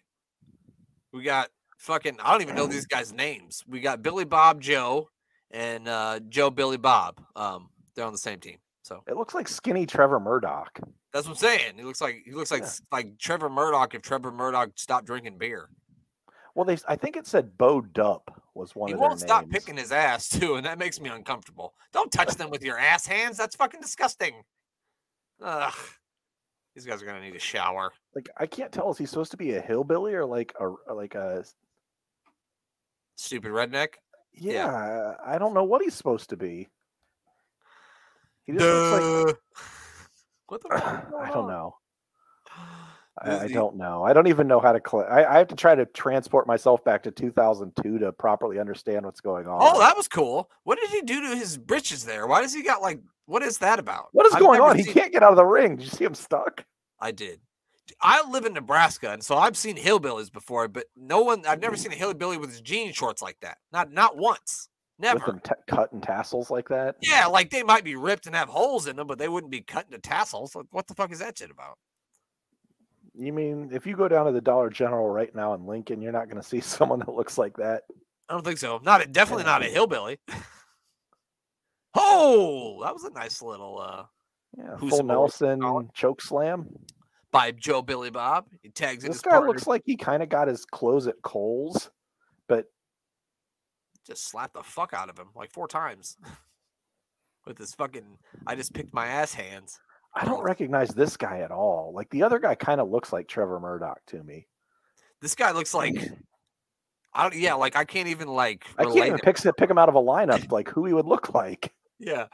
Speaker 1: We got fucking I don't even know these guys' names. We got Billy Bob Joe and uh Joe Billy Bob. Um they're on the same team. So
Speaker 2: It looks like skinny Trevor Murdoch.
Speaker 1: that's what I'm saying. He looks like he looks like
Speaker 2: Yeah.
Speaker 1: like Trevor Murdoch if Trevor Murdoch stopped drinking beer.
Speaker 2: Well, they I think it said Bo Dup was one
Speaker 1: He
Speaker 2: of their
Speaker 1: won't stop
Speaker 2: names.
Speaker 1: picking his ass too, and that makes me uncomfortable. Don't touch them with your ass hands. That's fucking disgusting. Ugh. These guys are gonna need a shower.
Speaker 2: Like I can't tell is he supposed to be a hillbilly or like a like a
Speaker 1: Stupid redneck.
Speaker 2: yeah,
Speaker 1: Yeah.
Speaker 2: I don't know what he's supposed to be. He just looks
Speaker 1: Duh. what the
Speaker 2: like
Speaker 1: fuck? is
Speaker 2: I
Speaker 1: going
Speaker 2: don't
Speaker 1: on?
Speaker 2: know.
Speaker 1: This
Speaker 2: I, I
Speaker 1: is the-
Speaker 2: don't know. I don't even know how to. Cl- I, I have to try to transport myself back to 2002 to properly understand what's going on.
Speaker 1: Oh, that was cool. What did he do to his britches there? Why does he got like? What is that about?
Speaker 2: what is
Speaker 1: I've
Speaker 2: going
Speaker 1: never
Speaker 2: on? He
Speaker 1: seen-
Speaker 2: can't get out of the ring. Did you see him stuck?
Speaker 1: I did. I live in Nebraska, and so I've seen hillbillies before, but no one. I've never seen a hillbilly with his jean shorts like that. Not not once.
Speaker 2: With
Speaker 1: Never.
Speaker 2: them t- cut and tassels like that.
Speaker 1: Yeah, like they might be ripped and have holes in them, but they wouldn't be cut into tassels. Like, what the fuck is that shit about?
Speaker 2: You mean if you go down to the Dollar General right now in Lincoln, you're not going to see someone that looks like that?
Speaker 1: I don't think so. Not a, definitely
Speaker 2: Yeah.
Speaker 1: not a hillbilly. oh, that was a nice little uh
Speaker 2: Yeah,
Speaker 1: Who's
Speaker 2: full
Speaker 1: some old
Speaker 2: Nelson
Speaker 1: scholar?
Speaker 2: choke slam.
Speaker 1: by Joe Billy Bob. He tags in
Speaker 2: This
Speaker 1: his
Speaker 2: guy
Speaker 1: partner.
Speaker 2: looks like he kind of got his clothes at Kohl's, but
Speaker 1: just slapped the fuck out of him like four times with his fucking I just picked my ass hands.
Speaker 2: I don't
Speaker 1: Oh.
Speaker 2: recognize this guy at all. Like the other guy kind of looks like Trevor Murdoch to me.
Speaker 1: This guy looks like I don't yeah, like I can't even like
Speaker 2: I
Speaker 1: relate
Speaker 2: can't even
Speaker 1: it.
Speaker 2: pick, pick him out of a lineup like who he would look like.
Speaker 1: Yeah.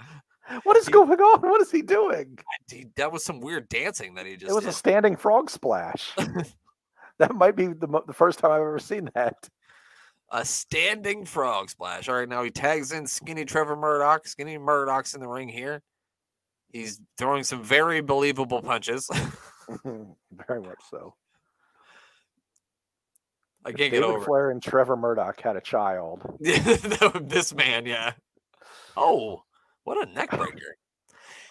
Speaker 2: What is
Speaker 1: He-
Speaker 2: going on? What is he doing?
Speaker 1: Dude, that was some weird dancing that he just
Speaker 2: It was
Speaker 1: did.
Speaker 2: a standing frog splash. that might be the, mo- the first time I've ever seen that.
Speaker 1: a standing frog splash. All right, now he tags in skinny Trevor Murdoch. Skinny Murdoch's in the ring here. He's throwing some very believable punches.
Speaker 2: Very much so.
Speaker 1: I
Speaker 2: If
Speaker 1: can't get
Speaker 2: David
Speaker 1: over.
Speaker 2: Flair and Trevor Murdoch had a child.
Speaker 1: it. this man, yeah. Oh, what a neck breaker.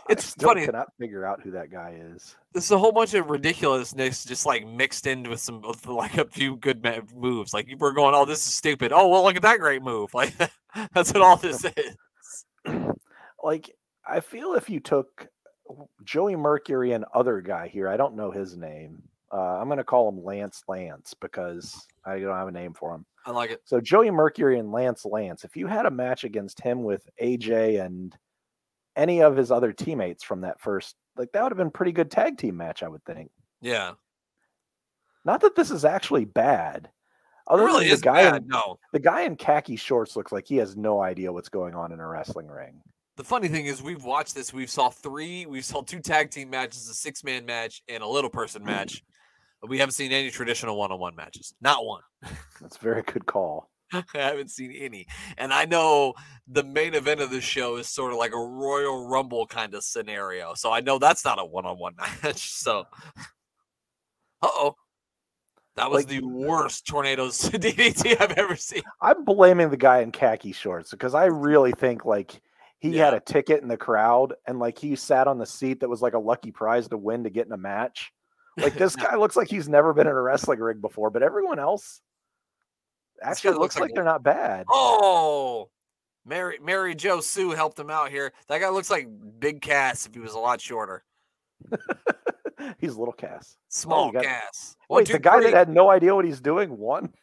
Speaker 1: It's
Speaker 2: I still
Speaker 1: funny.
Speaker 2: cannot figure out who that guy is.
Speaker 1: This is a whole bunch of ridiculousness just like mixed in with some with, like a few good ma- moves. Like we're going, oh, this is stupid. Oh, well, look at that great move. Like that's what all this is.
Speaker 2: Like, I feel if you took Joey Mercury and other guy here, I don't know his name. Uh, I'm going to call him Lance Lance because I don't have a name for him.
Speaker 1: I like it.
Speaker 2: So Joey Mercury and Lance Lance, if you had a match against him with AJ and any of his other teammates from that first, like that would have been pretty good tag team match, I would think.
Speaker 1: Yeah,
Speaker 2: Not that this is actually bad. Other
Speaker 1: it really
Speaker 2: than the
Speaker 1: is
Speaker 2: guy
Speaker 1: bad.
Speaker 2: in
Speaker 1: no,
Speaker 2: the guy in khaki shorts looks like he has no idea what's going on in a wrestling ring.
Speaker 1: the funny thing is we've watched this we've saw three we've saw two tag team matches a six man match and a little person match but we haven't seen any traditional one-on-one matches not one
Speaker 2: That's a very good call.
Speaker 1: i haven't seen any and i know the main event of this show is sort of like a royal rumble kind of scenario so i know that's not a one-on-one match so uh-oh that was
Speaker 2: Like-
Speaker 1: the worst tornadoes DDT I've ever seen.
Speaker 2: I'm blaming the guy in khaki shorts because I really think like he had
Speaker 1: Yeah.
Speaker 2: a ticket in the crowd and like he sat on the seat that was like a lucky prize to win to get in a match. Like this
Speaker 1: No,
Speaker 2: guy looks like he's never been in a wrestling ring before, but everyone else actually
Speaker 1: guy
Speaker 2: looks
Speaker 1: looks
Speaker 2: like,
Speaker 1: like
Speaker 2: they're not bad.
Speaker 1: Oh, Mary Mary Joe Sue helped him out here. That guy looks like Big Cass if he was a lot
Speaker 2: Oh,
Speaker 1: shorter. Oh.
Speaker 2: he's little Cass.
Speaker 1: Small
Speaker 2: got-
Speaker 1: Cass. One,
Speaker 2: Wait,
Speaker 1: two,
Speaker 2: the guy
Speaker 1: three.
Speaker 2: that had no idea what he's doing won.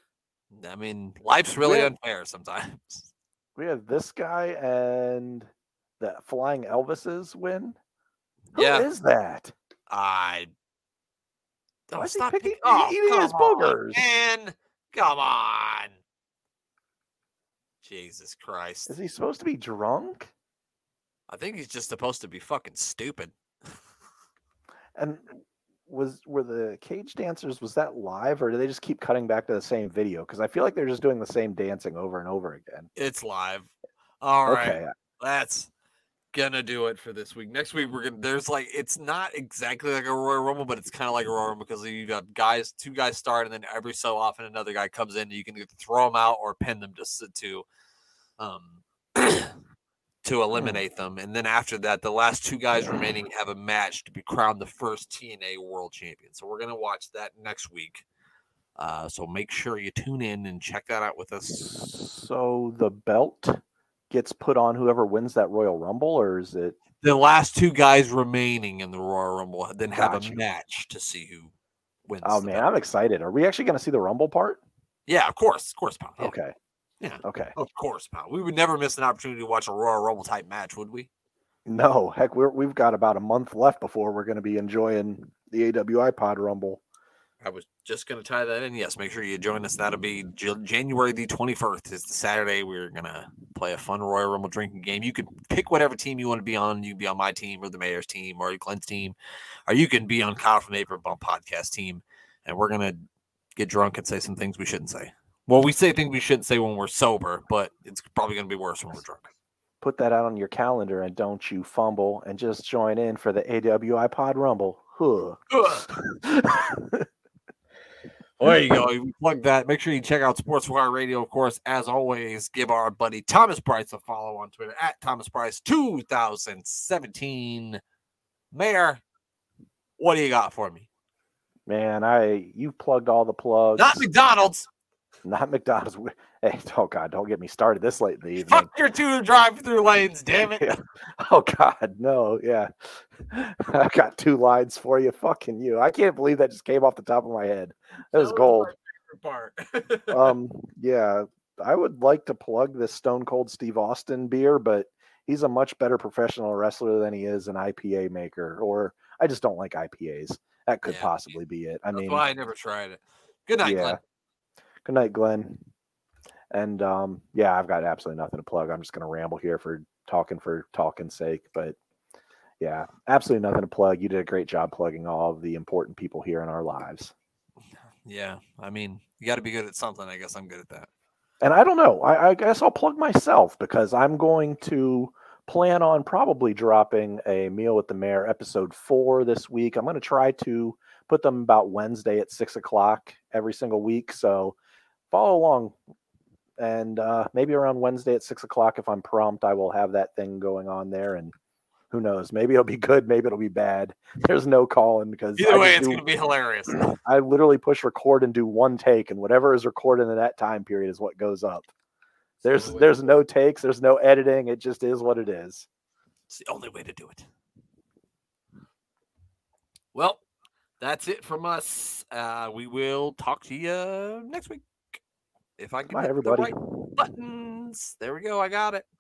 Speaker 1: I mean, life's really
Speaker 2: Yeah.
Speaker 1: unfair sometimes.
Speaker 2: We have this guy and the flying Elvises win. Who is
Speaker 1: Yeah.
Speaker 2: that?
Speaker 1: I. Oh,
Speaker 2: Why is he
Speaker 1: stop
Speaker 2: picking-
Speaker 1: pick-
Speaker 2: he- eating his
Speaker 1: come on,
Speaker 2: boogers?
Speaker 1: man, come on. Jesus Christ!
Speaker 2: Is he supposed to be drunk?
Speaker 1: I think he's just supposed to be fucking stupid.
Speaker 2: And was were the cage dancers was that live or do they just keep cutting back to the same video? Because I feel like they're just doing the same dancing over and over again.
Speaker 1: It's live. All right.
Speaker 2: okay,
Speaker 1: that's gonna do it for this week. Next week we're gonna there's like it's not exactly like a Royal Rumble, but it's kind of like a Royal Rumble because you got guys, two guys start, and then every so often another guy comes in. And you can either throw them out or pin them to s- to um to eliminate them. And then after that, the last two guys remaining have a match to be crowned the first TNA World Champion. So we're going to watch that next week. Uh, so make sure you tune in and check that out with us.
Speaker 2: So the belt gets put on whoever wins that Royal Rumble, or is it?
Speaker 1: The last two guys remaining in the Royal Rumble then have
Speaker 2: Gotcha.
Speaker 1: a match to see who wins.
Speaker 2: Oh
Speaker 1: the
Speaker 2: man,
Speaker 1: belt.
Speaker 2: I'm excited. Are we actually going to see the Rumble part?
Speaker 1: Yeah, of course, of course, pal. Yeah,
Speaker 2: Okay.
Speaker 1: Yeah.
Speaker 2: Okay.
Speaker 1: Of course, pal. We would never miss an opportunity to watch a Royal Rumble type match, would we?
Speaker 2: No, heck, we're, we've got about a month left before we're going to be enjoying the AWI Pod Rumble.
Speaker 1: I was just going to tie that in. Yes, make sure you join us. That'll be J- January the 21st is the Saturday. We're going to play a fun Royal Rumble drinking game. You can pick whatever team you want to be on. You can be on my team or the mayor's team or Glenn's team, or you can be on Kyle from the Apron Bump podcast team. And we're going to get drunk and say some things we shouldn't say. Well, we say things we shouldn't say when we're sober, but it's probably going to be worse when we're drunk.
Speaker 2: Put that out on your calendar and don't you fumble and just join in for the AWI Pod Rumble. Huh.
Speaker 1: Well, there you go. You plug that. Make sure you check out Sportswire Radio, of course. As always, give our buddy Thomas Price a follow on Twitter at Thomas Price 2017. Mayor, what do you got for me?
Speaker 2: Man, I you plugged all the plugs.
Speaker 1: Not McDonald's.
Speaker 2: Not McDonald's. We- Hey, oh God, don't get me started this late in the evening.
Speaker 1: Fuck your two drive-through lanes, damn it.
Speaker 2: Yeah. Oh God, no, yeah. I've got two lines for you. Fucking you. I can't believe that just came off the top of my head. That was gold.
Speaker 3: Part.
Speaker 2: um, yeah, I would like to plug this Stone Cold Steve Austin beer, but he's a much better professional wrestler than he is an IPA maker. Or I just don't like IPAs. That could
Speaker 1: Yeah, me
Speaker 2: possibly be it. I
Speaker 1: That's
Speaker 2: mean,
Speaker 1: why I never tried it. Good night,
Speaker 2: yeah.
Speaker 1: Glenn.
Speaker 2: Good night, Glenn. And um, yeah, I've got absolutely nothing to plug. I'm just going to ramble here for talking for talking's sake. But yeah, absolutely nothing to plug. You did a great job plugging all of the important people here in our lives.
Speaker 1: Yeah, I mean, you got to be good at something. I guess I'm good at that.
Speaker 2: And I don't know. I, I guess I'll plug myself because I'm going to plan on probably dropping a meal with the mayor episode four this week. I'm going to try to put them about Wednesday at six o'clock every single week. So follow along. And uh, maybe around Wednesday at six o'clock, if I'm prompt, I will have that thing going on there. And who knows? Maybe it'll be good. Maybe it'll be bad. There's no calling because I
Speaker 1: Either way,
Speaker 2: just
Speaker 1: it's
Speaker 2: do-
Speaker 1: going to be hilarious.
Speaker 2: I literally push record and do one take, and whatever is recorded in that time period is what goes up. There's
Speaker 3: Absolutely.
Speaker 2: there's no takes, there's no editing. It just is what it is.
Speaker 1: It's the only way to do it. Well, that's it from us. Uh, we will talk to you next week. If I can
Speaker 2: Bye,
Speaker 1: hit the
Speaker 2: everybody.
Speaker 1: right buttons. There we go. I got it.